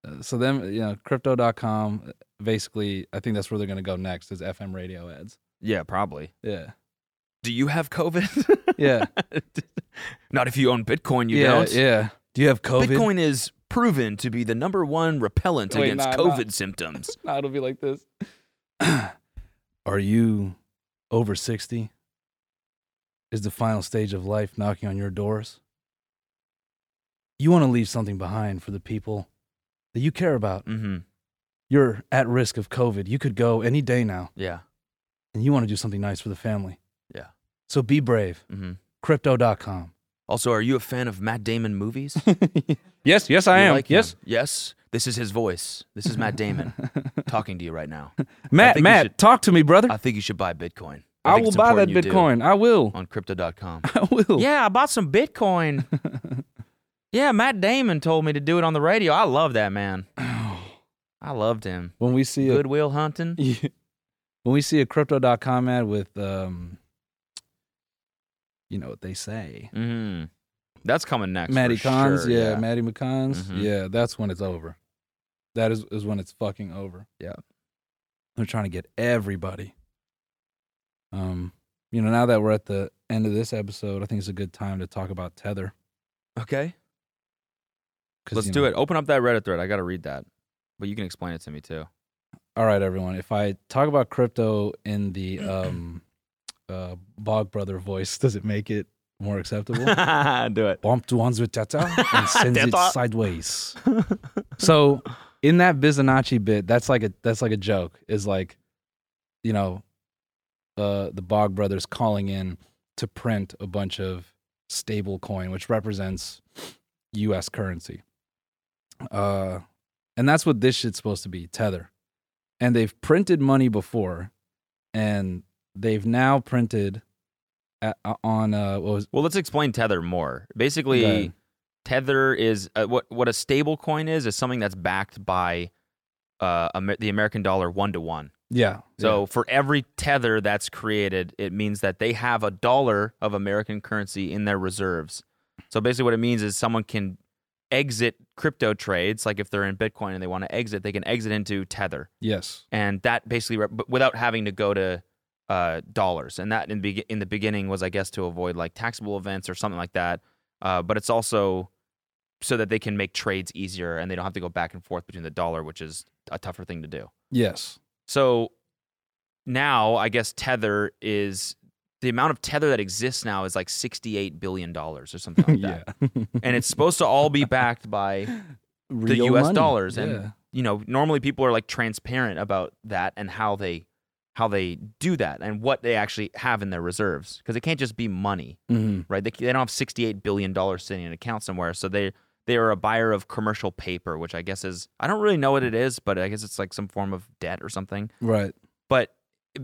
Speaker 4: Uh, So then you know crypto.com uh, basically I think that's where they're going to go next is FM radio ads.
Speaker 2: yeah, probably.
Speaker 4: Yeah.
Speaker 2: Do you have COVID?
Speaker 4: Yeah.
Speaker 2: Not if you own Bitcoin, you
Speaker 4: yeah,
Speaker 2: don't.
Speaker 4: Yeah. Do you have COVID?
Speaker 2: Bitcoin is proven to be the number one repellent
Speaker 4: Wait,
Speaker 2: against
Speaker 4: nah, nah.
Speaker 2: COVID symptoms.
Speaker 4: Nah, it'll be like this. Are you over 60? Is the final stage of life knocking on your doors? You want to leave something behind for the people that you care about.
Speaker 2: Mm-hmm.
Speaker 4: You're at risk of COVID. You could go any day now,
Speaker 2: Yeah.
Speaker 4: and you want to do something nice for the family.
Speaker 2: Yeah.
Speaker 4: So be brave.
Speaker 2: Mm-hmm.
Speaker 4: Crypto.com.
Speaker 2: Also, are you a fan of Matt Damon movies?
Speaker 4: yes, yes, I
Speaker 2: You
Speaker 4: am.
Speaker 2: like him?
Speaker 4: yes.
Speaker 2: Yes. This is his voice. This is Matt Damon talking to you right now. I
Speaker 4: Matt,
Speaker 2: think you
Speaker 4: Matt,
Speaker 2: should-
Speaker 4: talk to me, brother.
Speaker 2: I think you should buy Bitcoin.
Speaker 4: I,
Speaker 2: think
Speaker 4: will
Speaker 2: it's
Speaker 4: buy
Speaker 2: important
Speaker 4: that
Speaker 2: you do
Speaker 4: Bitcoin. I will.
Speaker 2: on crypto.com.
Speaker 4: I will.
Speaker 2: yeah, I bought some Bitcoin. yeah, Matt Damon told me to do it on the radio. I love that man. I loved him.
Speaker 4: When we see a
Speaker 2: Goodwill hunting.
Speaker 4: Yeah. when we see a crypto.com ad with um you know what they say
Speaker 2: Mm-hmm. That's coming next. for
Speaker 4: maddie cons
Speaker 2: sure,
Speaker 4: yeah, maddie mccons
Speaker 2: Mhm.
Speaker 4: yeah that's when it's over that is, is when it's fucking over
Speaker 2: Yeah.
Speaker 4: they're trying to get everybody um you know now that we're at the end of this episode i think it's a good time to talk about tether
Speaker 2: Okay.
Speaker 4: 'cause,
Speaker 2: Let's
Speaker 4: you
Speaker 2: do
Speaker 4: know-
Speaker 2: it. Open up that Reddit thread. I got to read that. But you can explain it to me too.
Speaker 4: all right everyone if i talk about crypto in the um uh bog brother voice does it make it more acceptable
Speaker 2: Do it.
Speaker 4: bump to ones with Tata and sends it
Speaker 2: Tata.
Speaker 4: sideways. so in that Bizanachi bit, that's like a that's like a joke. Is like, you know, uh, the Bog brothers calling in to print a bunch of stable coin, which represents U.S. currency. Uh, and that's what this shit's supposed to be, Tether. And they've printed money before, and they've now printed a- a- on uh, what was
Speaker 2: Well, let's explain Tether more. Basically,
Speaker 4: Go ahead.
Speaker 2: Tether is uh, what what a stable coin is is something that's backed by uh, Amer- the American dollar one to one.
Speaker 4: yeah.
Speaker 2: So for every tether that's created, it means that they have a dollar of American currency in their reserves. So basically, what it means is someone can exit crypto trades. Like if they're in Bitcoin and they want to exit, they can exit into Tether.
Speaker 4: Yes.
Speaker 2: and that basically rep- but without having to go to uh, dollars and that in, be- in the beginning was i guess to avoid like taxable events or something like that uh, but it's also so that they can make trades easier and they don't have to go back and forth between the dollar which is a tougher thing to do
Speaker 4: Yes.
Speaker 2: so now i guess tether is the amount of tether that exists now is like sixty-eight billion dollars or something like that, and it's supposed to all be backed by the
Speaker 4: Real
Speaker 2: U.S.
Speaker 4: money.
Speaker 2: dollars. And
Speaker 4: Yeah.
Speaker 2: you know, normally people are like transparent about that and how they how they do that and what they actually have in their reserves because it can't just be money,
Speaker 4: Mhm.
Speaker 2: right? They, they don't have sixty-eight billion dollars sitting in an account somewhere, so they they are a buyer of commercial paper, which I guess is I don't really know what it is, but I guess it's like some form of debt or something
Speaker 4: Right.
Speaker 2: but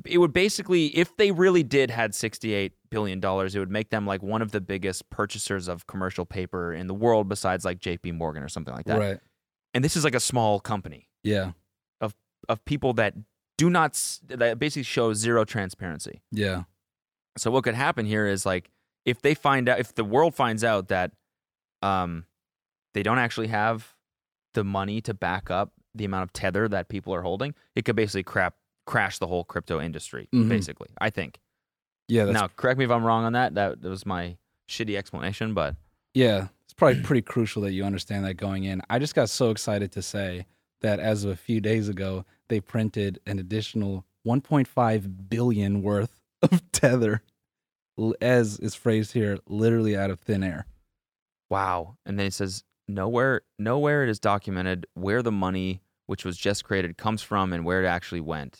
Speaker 2: it would basically if they really did had 68 billion dollars it would make them like one of the biggest purchasers of commercial paper in the world besides like JP Morgan or something like that.
Speaker 4: Right.
Speaker 2: And this is like a small company
Speaker 4: Yeah.
Speaker 2: of people that do not s- that basically show zero transparency.
Speaker 4: Yeah.
Speaker 2: So what could happen here is like if they find out if the world finds out that um they don't actually have the money to back up the amount of tether that people are holding, it could basically crap crash the whole crypto industry
Speaker 4: Mhm.
Speaker 2: basically. I think
Speaker 4: Yeah. That's,
Speaker 2: now, correct me if I'm wrong on that. That, that was my shitty explanation, but
Speaker 4: Yeah. It's probably pretty crucial that you understand that going in. I just got so excited to say that as of a few days ago, they printed an additional 1.5 billion worth of tether, l- as is phrased here, literally out of thin air.
Speaker 2: wow. And then he says, nowhere, nowhere it is documented where the money which was just created comes from and where it actually went.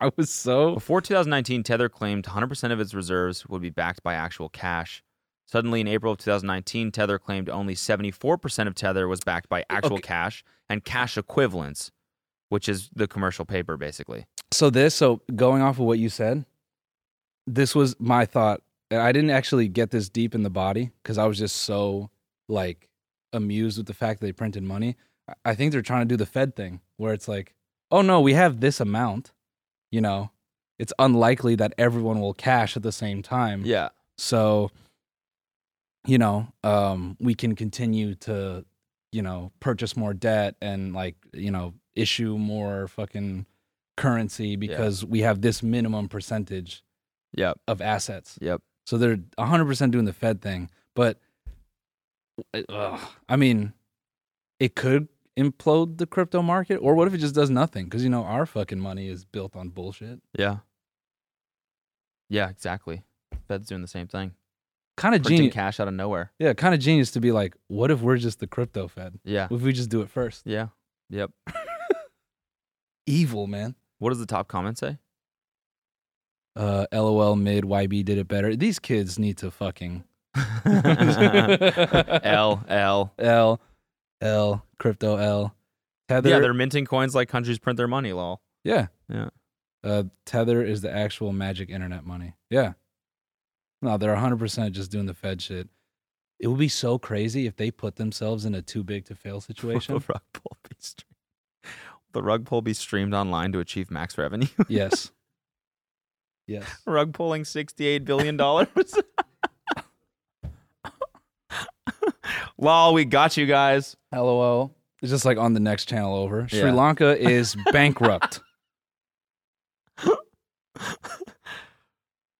Speaker 4: I was so
Speaker 2: Before 2019, Tether claimed 100% of its reserves would be backed by actual cash. Suddenly, in April of 2019, Tether claimed only 74% of Tether was backed by actual
Speaker 4: Okay.
Speaker 2: cash and cash equivalents, which is the commercial paper, basically.
Speaker 4: So this, so going off of what you said, this was my thought. And I didn't actually get this deep in the body because I was just so like amused with the fact that they printed money. I- I think they're trying to do the Fed thing where it's like, oh no, we have this amount. You know, it's unlikely that everyone will cash at the same time.
Speaker 2: Yeah.
Speaker 4: So, you know, um, we can continue to, you know, purchase more debt and like, you know, issue more fucking currency because we have this minimum percentage
Speaker 2: Yep.
Speaker 4: of assets.
Speaker 2: Yep.
Speaker 4: So they're 100% doing the Fed thing. But uh, ugh, I mean, it could implode the crypto market or what if it just does nothing? Because, you know, our fucking money is built on bullshit.
Speaker 2: Yeah. Yeah, exactly. Fed's doing the same thing.
Speaker 4: Kind of
Speaker 2: Printing
Speaker 4: genius.
Speaker 2: cash out of nowhere.
Speaker 4: Yeah, kind of genius to be like, what if we're just the crypto Fed?
Speaker 2: Yeah.
Speaker 4: What if we just do it first?
Speaker 2: Yeah. Yep.
Speaker 4: Evil, man.
Speaker 2: What does the top comment say?
Speaker 4: Uh, LOL mid YB did it better. These kids need to fucking
Speaker 2: L L.
Speaker 4: L L crypto L tether.
Speaker 2: yeah, they're minting coins like countries print their money, lol.
Speaker 4: yeah.
Speaker 2: Yeah.
Speaker 4: Uh, tether is the actual magic internet money. Yeah. No, they're 100% just doing the Fed shit. It would be so crazy if they put themselves in a too big to fail
Speaker 2: Will
Speaker 4: situation.
Speaker 2: the rug pull be streamed? The rug pull be streamed online to achieve max revenue.
Speaker 4: yes. Yes.
Speaker 2: rug pulling sixty-eight billion dollars. lol, we got you guys.
Speaker 4: LOL. It's just like on the next channel over. Sri
Speaker 2: Yeah.
Speaker 4: Lanka is bankrupt.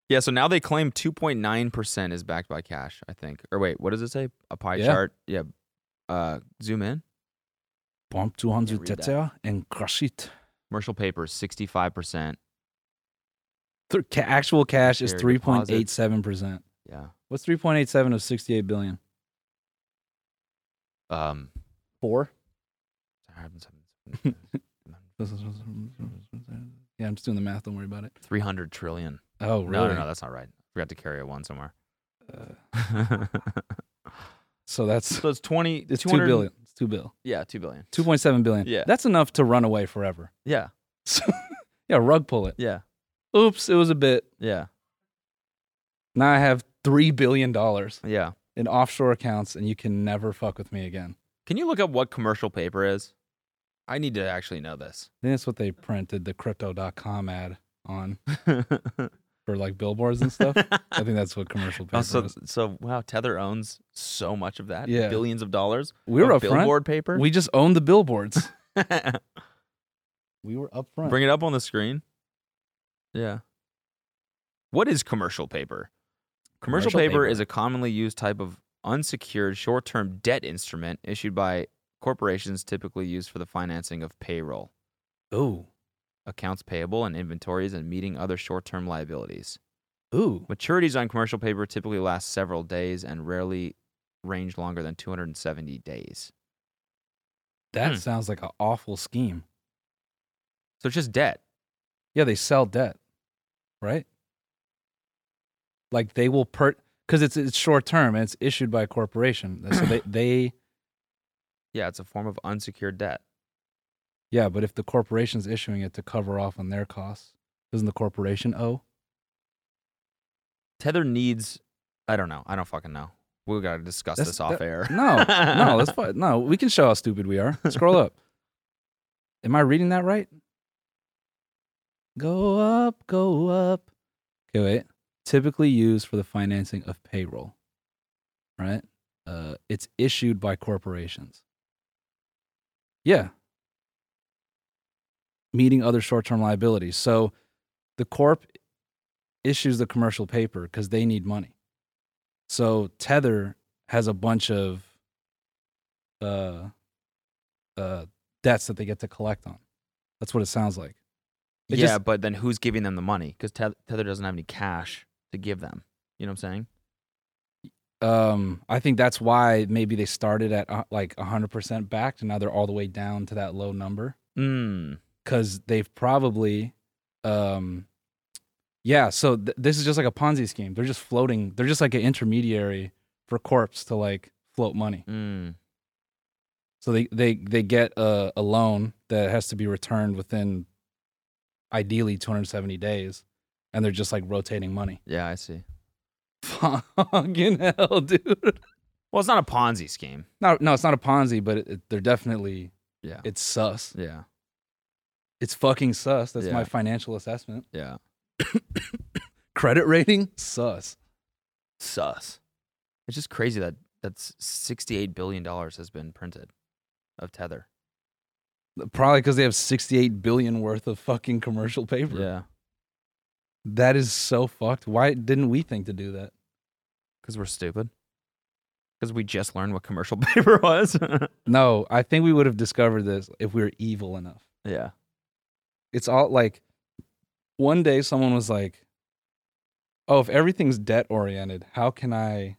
Speaker 2: Yeah, so now they claim two point nine percent is backed by cash. I think. Or wait, what does it say? A pie
Speaker 4: Yeah.
Speaker 2: chart. Yeah. Uh, zoom in.
Speaker 4: Bomb 200
Speaker 2: Can't read that.
Speaker 4: tether and crush it.
Speaker 2: Commercial paper, sixty-five percent.
Speaker 4: Th- ca- actual cash is
Speaker 2: Your
Speaker 4: 3.87%.
Speaker 2: Yeah.
Speaker 4: What's 3.87 of 68 billion?
Speaker 2: Um.
Speaker 4: Four. Yeah, I'm just doing the math. Don't worry about it.
Speaker 2: Three hundred trillion. No,
Speaker 4: Oh, really?
Speaker 2: no, no, that's not right. Forgot to carry a one somewhere.
Speaker 4: So that's
Speaker 2: so it's twenty.
Speaker 4: Uh. it's 2
Speaker 2: 200
Speaker 4: billion. It's 2 bill.
Speaker 2: Yeah, two billion.
Speaker 4: 2.7 billion.
Speaker 2: Yeah.
Speaker 4: That's enough to run away forever.
Speaker 2: Yeah,
Speaker 4: So, yeah, rug pull it.
Speaker 2: yeah,
Speaker 4: Oops, it was a bit.
Speaker 2: yeah,
Speaker 4: Now I have 3 billion dollars
Speaker 2: yeah.
Speaker 4: in offshore accounts and you can never fuck with me again.
Speaker 2: Can you look up what commercial paper is? I need to actually know this.
Speaker 4: I think that's what they printed the crypto.com ad on for like billboards and stuff. I think that's what commercial paper
Speaker 2: Oh, so,
Speaker 4: is.
Speaker 2: so wow, Tether owns so much of that.
Speaker 4: Yeah.
Speaker 2: billions of dollars.
Speaker 4: We were
Speaker 2: of
Speaker 4: up front.
Speaker 2: billboard paper.
Speaker 4: We just owned the billboards. we were up front.
Speaker 2: Bring it up on the screen. Yeah. What is commercial paper? Commercial,
Speaker 4: Commercial
Speaker 2: paper,
Speaker 4: paper.
Speaker 2: is a commonly used type of unsecured short term debt instrument issued by corporations typically used for the financing of payroll,
Speaker 4: Ooh.
Speaker 2: accounts payable, and inventories and meeting other short term liabilities.
Speaker 4: Ooh.
Speaker 2: Maturities on commercial paper typically last several days and rarely range longer than 270 days.
Speaker 4: That
Speaker 2: Hmm.
Speaker 4: sounds like an awful scheme.
Speaker 2: So it's just debt.
Speaker 4: Yeah, they sell debt, right? Like they will per because it's it's short term and it's issued by a corporation. So they they
Speaker 2: Yeah, it's a form of unsecured debt.
Speaker 4: yeah, but if the corporation's issuing it to cover off on their costs, doesn't the corporation owe?
Speaker 2: Tether needs, I don't know. I don't fucking know. We got to discuss
Speaker 4: That's-
Speaker 2: this off
Speaker 4: that-
Speaker 2: air.
Speaker 4: No, no, that's fine. No, we can show how stupid we are. Scroll up. Am I reading that right? Go up, go up. Okay, wait. Typically used for the financing of payroll, right? Uh, it's issued by corporations. Yeah. Meeting other short term liabilities. So the corp issues the commercial paper because they need money. So Tether has a bunch of uh uh debts that they get to collect on. That's what it sounds like. It
Speaker 2: yeah,
Speaker 4: just-
Speaker 2: but then who's giving them the money? Because Tether doesn't have any cash to give them. You know what I'm saying?
Speaker 4: Um, I think that's why maybe they started at uh, like 100% backed and now they're all the way down to that low number
Speaker 2: Mm.
Speaker 4: because they've probably, um, yeah. So th- this is just like a Ponzi scheme. They're just floating. They're just like an intermediary for corpse to like float money.
Speaker 2: Mm.
Speaker 4: So they they they get a, a loan that has to be returned within ideally 270 days, and they're just like rotating money.
Speaker 2: Yeah, I see.
Speaker 4: Fucking hell, dude.
Speaker 2: Well, it's not a Ponzi scheme.
Speaker 4: No, no, it's not a Ponzi, but it, it- they're definitely
Speaker 2: Yeah.
Speaker 4: it's sus.
Speaker 2: yeah.
Speaker 4: It's fucking sus. That's my
Speaker 2: Yeah.
Speaker 4: financial assessment.
Speaker 2: Yeah.
Speaker 4: Credit rating sus.
Speaker 2: Sus. It's just crazy that that's $68 billion has been printed of Tether.
Speaker 4: Probably because they have 68 billion worth of fucking commercial paper.
Speaker 2: Yeah.
Speaker 4: That is so fucked. Why didn't we think to do that?
Speaker 2: Because we're stupid. Because we just learned what commercial paper was.
Speaker 4: No, I think we would have discovered this if we were evil enough.
Speaker 2: yeah.
Speaker 4: it's all like one day someone was like oh if everything's debt oriented how can i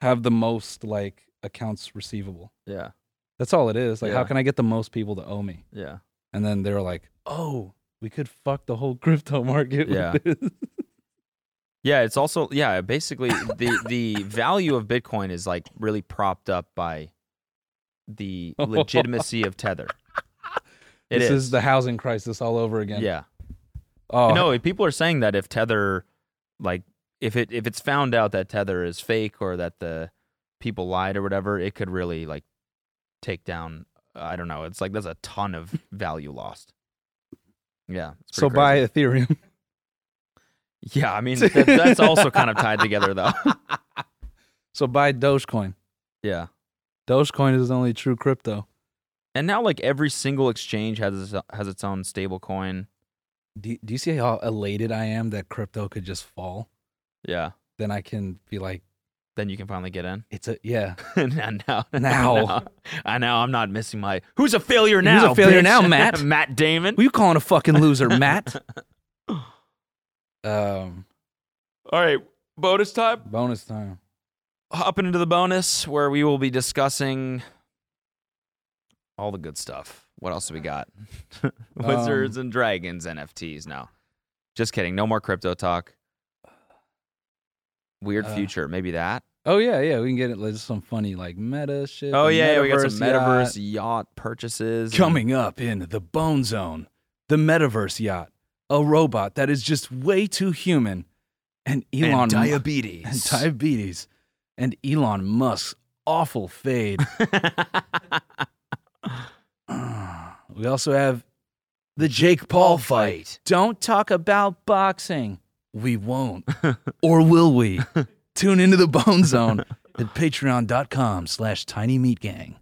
Speaker 4: have the most like accounts receivable
Speaker 2: Yeah.
Speaker 4: that's all it is like how
Speaker 2: Yeah.
Speaker 4: can i get the most people to owe me
Speaker 2: Yeah.
Speaker 4: and then they were like oh we could fuck the whole crypto market
Speaker 2: Yeah.
Speaker 4: with this.
Speaker 2: Yeah, it's also yeah, basically the the value of Bitcoin is like really propped up by the legitimacy of Tether. It
Speaker 4: this is. the housing crisis all over again
Speaker 2: yeah.
Speaker 4: oh
Speaker 2: No, people are saying that if Tether like if it if it's found out that Tether is fake or that the people lied or whatever, it could really like take down I don't know. It's like there's a ton of value lost. Yeah. it's
Speaker 4: so
Speaker 2: pretty
Speaker 4: buy
Speaker 2: crazy.
Speaker 4: ethereum
Speaker 2: Yeah, I mean that, that's also kind of tied together though.
Speaker 4: so buy dogecoin
Speaker 2: yeah.
Speaker 4: dogecoin is the only true crypto
Speaker 2: And now, like every single exchange has its- has its own stable coin.
Speaker 4: do, do you see how elated i am that crypto could just fall
Speaker 2: Yeah.
Speaker 4: then i can be like
Speaker 2: Then you can finally get in.
Speaker 4: It's a yeah.
Speaker 2: and now,
Speaker 4: Now.
Speaker 2: I know I'm not missing my. Who's a failure now?
Speaker 4: a failure
Speaker 2: bitch?
Speaker 4: now, Matt?
Speaker 2: Matt Damon.
Speaker 4: Who you calling a fucking loser, Matt? um,
Speaker 2: All right, bonus time.
Speaker 4: bonus time.
Speaker 2: Hopping into the bonus where we will be discussing all the good stuff. What else do we got? Wizards
Speaker 4: Um,
Speaker 2: and Dragons NFTs. No, just kidding. No more crypto talk. Weird
Speaker 4: Uh,
Speaker 2: future. Maybe that.
Speaker 4: Oh yeah, yeah. We can get it. Like, some funny like meta shit.
Speaker 2: Oh
Speaker 4: the
Speaker 2: yeah, yeah, we got some metaverse
Speaker 4: yacht.
Speaker 2: yacht, purchases.
Speaker 4: coming up in the Bone Zone, the metaverse yacht, a robot that is just way too human, and
Speaker 2: and,
Speaker 4: Elon Mu-
Speaker 2: diabetes.
Speaker 4: and diabetes, and Elon Musk's awful fade. we also have the Jake Paul fight. Don't talk about boxing. We won't. or will we? Tune into the Bone Zone at patreon.com slash tinymeatgang.